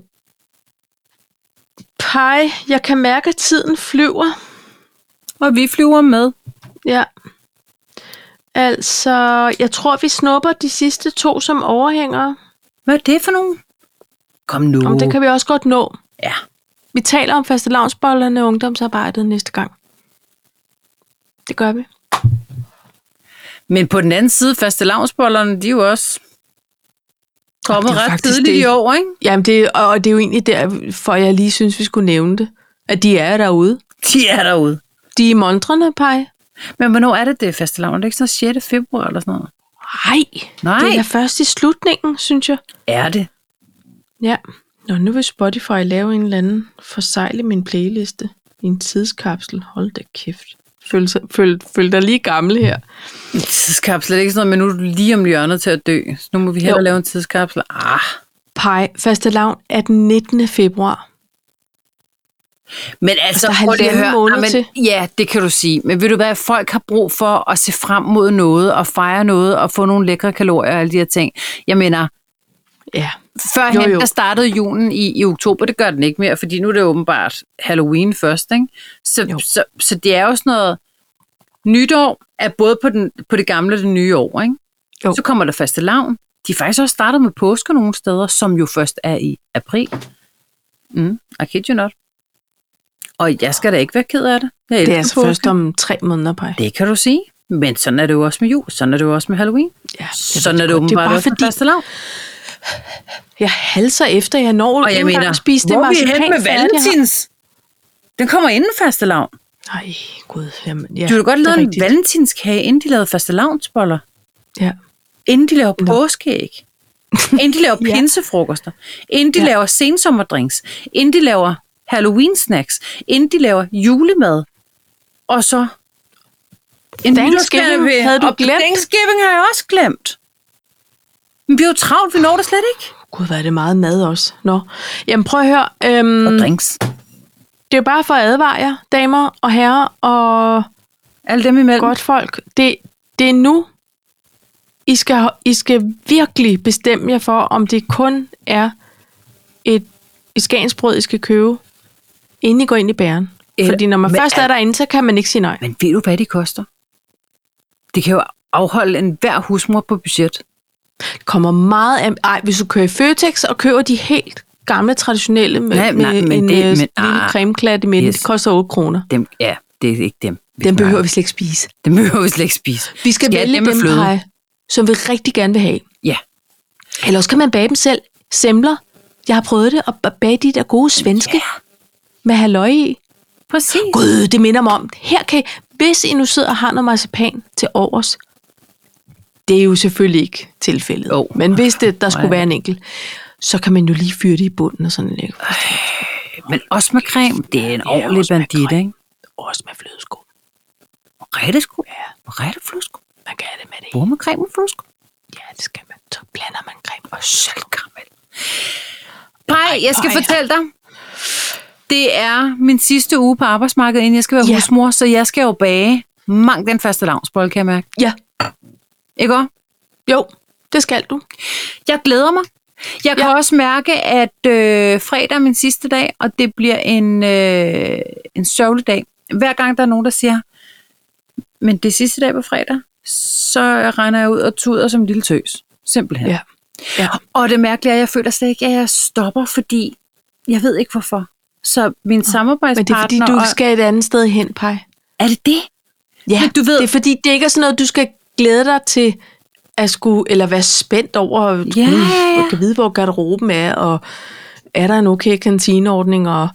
[SPEAKER 1] Pai, jeg kan mærke, at tiden flyver.
[SPEAKER 2] Og vi flyver med.
[SPEAKER 1] Ja. Altså, jeg tror, vi snupper de sidste to som overhængere.
[SPEAKER 2] Hvad er det for nogen? Kom nu.
[SPEAKER 1] Om det kan vi også godt nå.
[SPEAKER 2] Ja.
[SPEAKER 1] Vi taler om faste lavnsbollerne og ungdomsarbejdet næste gang. Det gør vi.
[SPEAKER 2] Men på den anden side, faste lavnsbollerne, de er jo også kommet
[SPEAKER 1] Det er jo
[SPEAKER 2] ret
[SPEAKER 1] faktisk
[SPEAKER 2] tidligt
[SPEAKER 1] det.
[SPEAKER 2] i år, ikke?
[SPEAKER 1] Jamen, det, og og det er jo egentlig derfor, jeg lige synes, vi skulle nævne det. At de er derude.
[SPEAKER 2] De er derude.
[SPEAKER 1] De er i montrene, Pai.
[SPEAKER 2] Men hvornår er det, det er faste lavn? Er det ikke sådan 6. februar eller sådan noget?
[SPEAKER 1] Nej,
[SPEAKER 2] Nej,
[SPEAKER 1] det er først i slutningen, synes jeg.
[SPEAKER 2] er det.
[SPEAKER 1] Ja. Nå, nu vil Spotify lave en eller anden forsegle min playliste i en tidskapsel. Hold da kæft. Føl, sig- føl, føl dig lige gammel her.
[SPEAKER 2] En tidskapsel er det ikke sådan noget, men nu er du lige om hjørnet til at dø. Så nu må vi hellere
[SPEAKER 1] Jo.
[SPEAKER 2] lave en tidskapsel. Ah.
[SPEAKER 1] Pej, faste lavn er den 19. februar.
[SPEAKER 2] Men altså,
[SPEAKER 1] Der er
[SPEAKER 2] prøv lige at
[SPEAKER 1] halvanden
[SPEAKER 2] høre.
[SPEAKER 1] måned
[SPEAKER 2] Ah, men,
[SPEAKER 1] til.
[SPEAKER 2] Ja, det kan du sige. Men ved du hvad, folk har brug for at se frem mod noget, og fejre noget, og få nogle lækre kalorier og alle de her ting. Jeg mener,
[SPEAKER 1] Ja.
[SPEAKER 2] førhen,
[SPEAKER 1] Jo,
[SPEAKER 2] jo,
[SPEAKER 1] jo.
[SPEAKER 2] jo. der startede julen i, i oktober, det gør den ikke mere, fordi nu er det åbenbart Halloween først, ikke? Så,
[SPEAKER 1] Jo.
[SPEAKER 2] så, så det er jo sådan noget, nytår er både på, den, på det gamle og det nye år, ikke?
[SPEAKER 1] Jo.
[SPEAKER 2] Så kommer der faste lavn. De er faktisk også startet med påske nogle steder, som jo først er i april. Mm, I kid you not. Og jeg skal da ikke være ked af det. Jeg
[SPEAKER 1] Det
[SPEAKER 2] elsker
[SPEAKER 1] er altså
[SPEAKER 2] påske.
[SPEAKER 1] først om tre måneder, Pej.
[SPEAKER 2] Det kan du sige. Men sådan er det jo også med jul. Sådan er det jo også med Halloween.
[SPEAKER 1] Ja,
[SPEAKER 2] sådan er det
[SPEAKER 1] godt. det er
[SPEAKER 2] åbenbart
[SPEAKER 1] bare
[SPEAKER 2] også med
[SPEAKER 1] fordi,
[SPEAKER 2] faste lavn.
[SPEAKER 1] jeg halser efter, jeg når
[SPEAKER 2] Og jeg mener,
[SPEAKER 1] spise det
[SPEAKER 2] hvor er vi
[SPEAKER 1] marcipan
[SPEAKER 2] hen med
[SPEAKER 1] færdigt, jeg har-
[SPEAKER 2] valentins? Den kommer inden faste lavn.
[SPEAKER 1] Nej, gud. Jamen, ja,
[SPEAKER 2] Du har godt
[SPEAKER 1] det er
[SPEAKER 2] lavet en
[SPEAKER 1] rigtigt.
[SPEAKER 2] valentinskage, inden de lavede faste lavnsboller.
[SPEAKER 1] Ja.
[SPEAKER 2] Inden de laver påskeæg. inden de laver
[SPEAKER 1] Ja.
[SPEAKER 2] pinsefrokoster. Inden de
[SPEAKER 1] Ja.
[SPEAKER 2] laver sensommerdrinks. Inden de laver Halloween-snacks. Inden de laver julemad. Og så... En
[SPEAKER 1] Thanksgiving
[SPEAKER 2] nytårsgave.
[SPEAKER 1] havde du
[SPEAKER 2] Og
[SPEAKER 1] glemt.
[SPEAKER 2] Thanksgiving har jeg også glemt. Men vi er jo travlt, vi når det slet ikke.
[SPEAKER 1] Gud, hvad er det meget mad også. Nå. Jamen, prøv at høre. Øhm,
[SPEAKER 2] Og drinks.
[SPEAKER 1] det er bare for at advare jer, damer og herrer, og
[SPEAKER 2] Alle dem imellem.
[SPEAKER 1] godt folk. Det, det er nu, I skal, I skal virkelig bestemme jer for, om det kun er et, et skagensbrød, I skal købe, inden I går ind i bæren.
[SPEAKER 2] Eller-
[SPEAKER 1] Fordi når man
[SPEAKER 2] men
[SPEAKER 1] først er
[SPEAKER 2] er-
[SPEAKER 1] derinde, så kan man ikke sige nej.
[SPEAKER 2] Men ved du, hvad de koster? Det kan jo afholde en hver husmor på budget.
[SPEAKER 1] Det kommer meget af... Ej, hvis du kører i Føtex og køber de helt gamle, traditionelle med,
[SPEAKER 2] Nej, nej,
[SPEAKER 1] med
[SPEAKER 2] men
[SPEAKER 1] en
[SPEAKER 2] det-
[SPEAKER 1] øh,
[SPEAKER 2] men-
[SPEAKER 1] lille
[SPEAKER 2] ah,
[SPEAKER 1] cremeklat i midten,
[SPEAKER 2] yes.
[SPEAKER 1] yes. det koster 8 kroner.
[SPEAKER 2] Dem, ja, det er ikke dem. vi
[SPEAKER 1] Den
[SPEAKER 2] snakker
[SPEAKER 1] behøver vi slet ikke spise.
[SPEAKER 2] Dem behøver vi slet ikke spise.
[SPEAKER 1] Vi skal,
[SPEAKER 2] Skat,
[SPEAKER 1] vælge
[SPEAKER 2] dem med
[SPEAKER 1] dem,
[SPEAKER 2] fløde.
[SPEAKER 1] Paj, som vi rigtig gerne vil have.
[SPEAKER 2] Ja.
[SPEAKER 1] Eller også kan man bage dem selv. Semler. Jeg har prøvet det at bage de der gode svenske yeah. med halløj i.
[SPEAKER 2] Præcis.
[SPEAKER 1] Gud, det minder mig om. Her kan I, hvis I nu sidder og har noget marcipan til overs, det er jo selvfølgelig ikke tilfældet.
[SPEAKER 2] Jo.
[SPEAKER 1] Men hvis det, der skulle
[SPEAKER 2] Nej.
[SPEAKER 1] være en enkelt, så kan man jo lige fyre det i bunden og sådan lidt.
[SPEAKER 2] Men også med creme, det er en
[SPEAKER 1] Ja,
[SPEAKER 2] ordentlig
[SPEAKER 1] også med
[SPEAKER 2] bandit,
[SPEAKER 1] creme.
[SPEAKER 2] ikke?
[SPEAKER 1] Også med flødeskum.
[SPEAKER 2] Rette sko.
[SPEAKER 1] Ja,
[SPEAKER 2] Rette flødeskum.
[SPEAKER 1] man kan have det med det. hele.
[SPEAKER 2] Både med creme og flødeskum.
[SPEAKER 1] Ja, det skal man. Så blander man creme og
[SPEAKER 2] Sølvkaramel. Nej, jeg skal
[SPEAKER 1] nej.
[SPEAKER 2] fortælle dig. Det er min sidste uge på arbejdsmarkedet, inden jeg skal være
[SPEAKER 1] Ja.
[SPEAKER 2] ja. husmor, så jeg skal jo bage mang den første lavnsbold, kan jeg mærke.
[SPEAKER 1] Ja,
[SPEAKER 2] Ikke også?
[SPEAKER 1] jo, det skal du.
[SPEAKER 2] Jeg glæder mig. Jeg kan ja. også mærke, at øh, fredag er min sidste dag, og det bliver en, øh, en sørgelig dag. Hver gang der er nogen, der siger, men det er sidste dag på fredag, så regner jeg ud og tuder som en lille tøs. Simpelthen.
[SPEAKER 1] Ja. ja.
[SPEAKER 2] Og det mærkelige er, at jeg føler slet ikke, at jeg stopper, fordi jeg ved ikke hvorfor. Så min samarbejdspartner...
[SPEAKER 1] Men det er fordi, du
[SPEAKER 2] og-
[SPEAKER 1] skal et andet sted hen, Paj.
[SPEAKER 2] Er det det?
[SPEAKER 1] Ja,
[SPEAKER 2] Men du ved-
[SPEAKER 1] det er fordi, det ikke er sådan noget, du skal glæde dig til at skulle, eller være spændt over, at
[SPEAKER 2] Ja,
[SPEAKER 1] mm,
[SPEAKER 2] ja, ja.
[SPEAKER 1] jeg kan vide, hvor garderoben er, og er der en okay kantineordning, og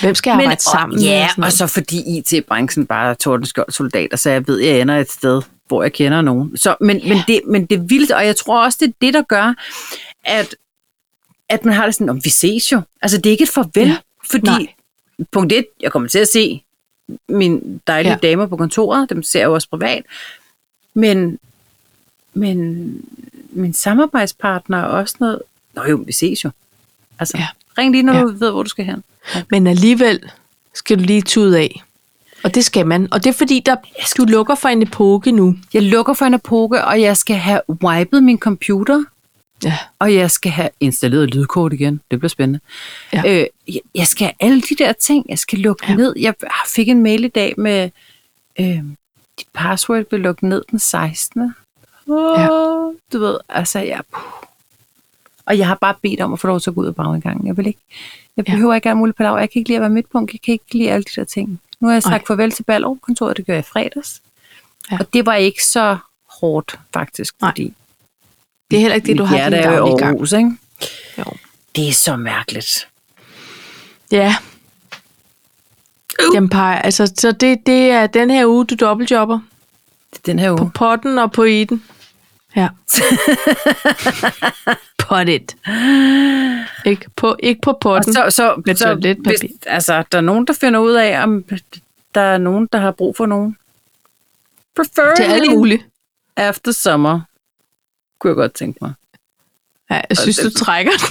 [SPEAKER 1] hvem skal arbejde sammen? med,
[SPEAKER 2] Ja,
[SPEAKER 1] og sådan
[SPEAKER 2] og
[SPEAKER 1] noget.
[SPEAKER 2] så fordi IT-branchen bare er tordenskjold soldater, så jeg ved, at jeg ender et sted, hvor jeg kender nogen. Så, men, yeah. men, det, men det er vildt, og jeg tror også, det er det, der gør, at, at man har det sådan, om vi ses jo. Altså, det er ikke et farvel,
[SPEAKER 1] Ja.
[SPEAKER 2] yeah. fordi
[SPEAKER 1] Nej.
[SPEAKER 2] punkt et, jeg kommer til at se mine dejlige
[SPEAKER 1] Ja.
[SPEAKER 2] yeah. damer på kontoret, dem ser jeg jo også privat, men, men min samarbejdspartner er også noget, nå jo, vi ses jo. Altså,
[SPEAKER 1] Ja.
[SPEAKER 2] yeah. ring lige, når
[SPEAKER 1] Ja.
[SPEAKER 2] yeah. du ved, hvor du skal hen.
[SPEAKER 1] Men alligevel skal du lige tude af. Og det skal man. Og det er fordi, der, du lukker for en epoke nu.
[SPEAKER 2] Jeg lukker for en epoke, og jeg skal have wipet min computer,
[SPEAKER 1] Ja.
[SPEAKER 2] og jeg skal have installeret lydkort igen. Det bliver spændende.
[SPEAKER 1] Ja.
[SPEAKER 2] Øh, jeg, jeg skal have alle de der ting. Jeg skal lukke ja. ned. Jeg fik en mail i dag med, øh, dit password blev lukket ned den 16. Oh,
[SPEAKER 1] Ja.
[SPEAKER 2] ja. Du ved, altså jeg... Puh. Og jeg har bare bedt om at få lov til at gå ud og bage en gang. Jeg vil ikke. Jeg
[SPEAKER 1] Ja.
[SPEAKER 2] behøver ja. ikke alt muligt på lav. Jeg kan ikke lide at være midtpunkt. Jeg kan ikke lide alle de der ting. Nu har jeg sagt
[SPEAKER 1] Nej.
[SPEAKER 2] Ej. farvel til Ballerup-kontoret. Det gør jeg i fredags.
[SPEAKER 1] Ja.
[SPEAKER 2] Ja. Og det var ikke så hårdt, faktisk.
[SPEAKER 1] Nej.
[SPEAKER 2] Fordi
[SPEAKER 1] Det er heller ikke det, du
[SPEAKER 2] mit
[SPEAKER 1] har
[SPEAKER 2] hjerte
[SPEAKER 1] din
[SPEAKER 2] er jo i
[SPEAKER 1] daglige gang.
[SPEAKER 2] Aarhus, ikke?
[SPEAKER 1] Jo.
[SPEAKER 2] Det er så mærkeligt.
[SPEAKER 1] Ja.
[SPEAKER 2] Uh.
[SPEAKER 1] Jamen, Paj, altså, så det, det er den her uge, du dobbeltjobber.
[SPEAKER 2] Det er den her
[SPEAKER 1] På
[SPEAKER 2] uge.
[SPEAKER 1] potten og på i den. Ja. Pot it. Ikke på, ikke på
[SPEAKER 2] Og
[SPEAKER 1] potten.
[SPEAKER 2] så, så,
[SPEAKER 1] Med
[SPEAKER 2] så
[SPEAKER 1] toiletpapir.
[SPEAKER 2] hvis, altså, der er nogen, der finder ud af, om der er nogen, der har brug for nogen.
[SPEAKER 1] Til alt
[SPEAKER 2] Preferably
[SPEAKER 1] muligt.
[SPEAKER 2] after summer, kunne jeg godt tænke mig.
[SPEAKER 1] Ja, jeg synes, du trækker den.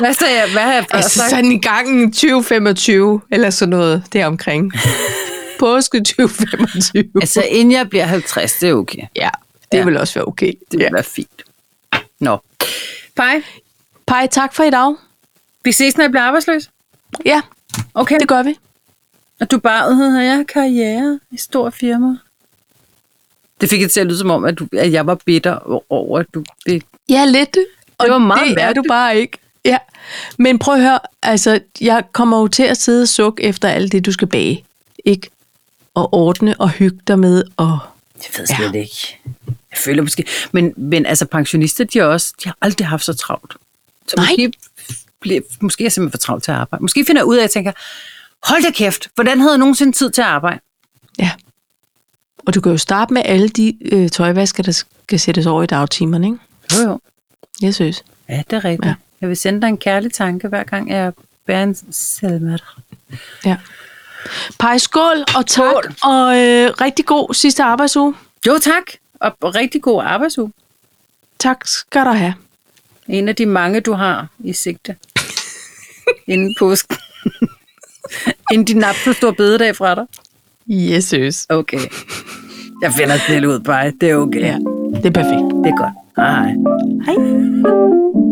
[SPEAKER 2] Hvad sagde jeg? Hvad har jeg først
[SPEAKER 1] Altså
[SPEAKER 2] sagt?
[SPEAKER 1] sådan i gangen 2025, eller sådan noget deromkring. Påske 2025.
[SPEAKER 2] Altså, inden jeg bliver 50, det er okay.
[SPEAKER 1] Ja, det
[SPEAKER 2] Ja.
[SPEAKER 1] vil også være okay.
[SPEAKER 2] Det vil
[SPEAKER 1] Ja.
[SPEAKER 2] ja. være fint. Nå. Pej,
[SPEAKER 1] Pej, tak for i dag.
[SPEAKER 2] vi ses, når jeg bliver arbejdsløs.
[SPEAKER 1] Ja,
[SPEAKER 2] Okay.
[SPEAKER 1] det gør vi.
[SPEAKER 2] Og du bare, øh, jeg har karriere i stor firma. Det fik jeg til at lyde som om, at, du, at jeg var bitter over, at du fik...
[SPEAKER 1] Ja, lidt. Og
[SPEAKER 2] Det var meget
[SPEAKER 1] det er du
[SPEAKER 2] mærkeligt.
[SPEAKER 1] bare ikke. Ja. Men prøv at høre, altså, jeg kommer jo til at sidde og sukke efter alt det, du skal bage. Ikke? Og ordne og hygge dig med. Og...
[SPEAKER 2] Jeg ved slet ja. ikke. Jeg føler måske... Men, men altså, pensionister, de, er også, de har aldrig haft så travlt. Så
[SPEAKER 1] Nej.
[SPEAKER 2] Måske, bliver, måske er jeg simpelthen for travlt til at arbejde. Måske finder jeg ud af, at jeg tænker, hold da kæft, hvordan havde jeg nogensinde tid til at arbejde?
[SPEAKER 1] Ja. Og du kan jo starte med alle de øh, tøjvasker, der skal sættes over i dagtimerne, ikke?
[SPEAKER 2] Jo, jo.
[SPEAKER 1] Jeg synes.
[SPEAKER 2] Ja, det er rigtigt.
[SPEAKER 1] Ja.
[SPEAKER 2] Ja. Jeg vil sende dig en kærlig tanke, hver gang jeg bærer en salmer.
[SPEAKER 1] Ja. Pej, skål og tak,
[SPEAKER 2] Skål.
[SPEAKER 1] og øh, rigtig god sidste arbejdsuge.
[SPEAKER 2] Jo, tak. Og og rigtig god arbejdsuge.
[SPEAKER 1] Tak skal du have.
[SPEAKER 2] En af de mange, du har i sigte. Inden påsken. Inden de nap på stor bededag fra dig.
[SPEAKER 1] Jeg synes.
[SPEAKER 2] Okay. Jeg finder det ud, bare. Det er okay.
[SPEAKER 1] Ja, det er perfekt.
[SPEAKER 2] Det er godt. Hej.
[SPEAKER 1] Hej.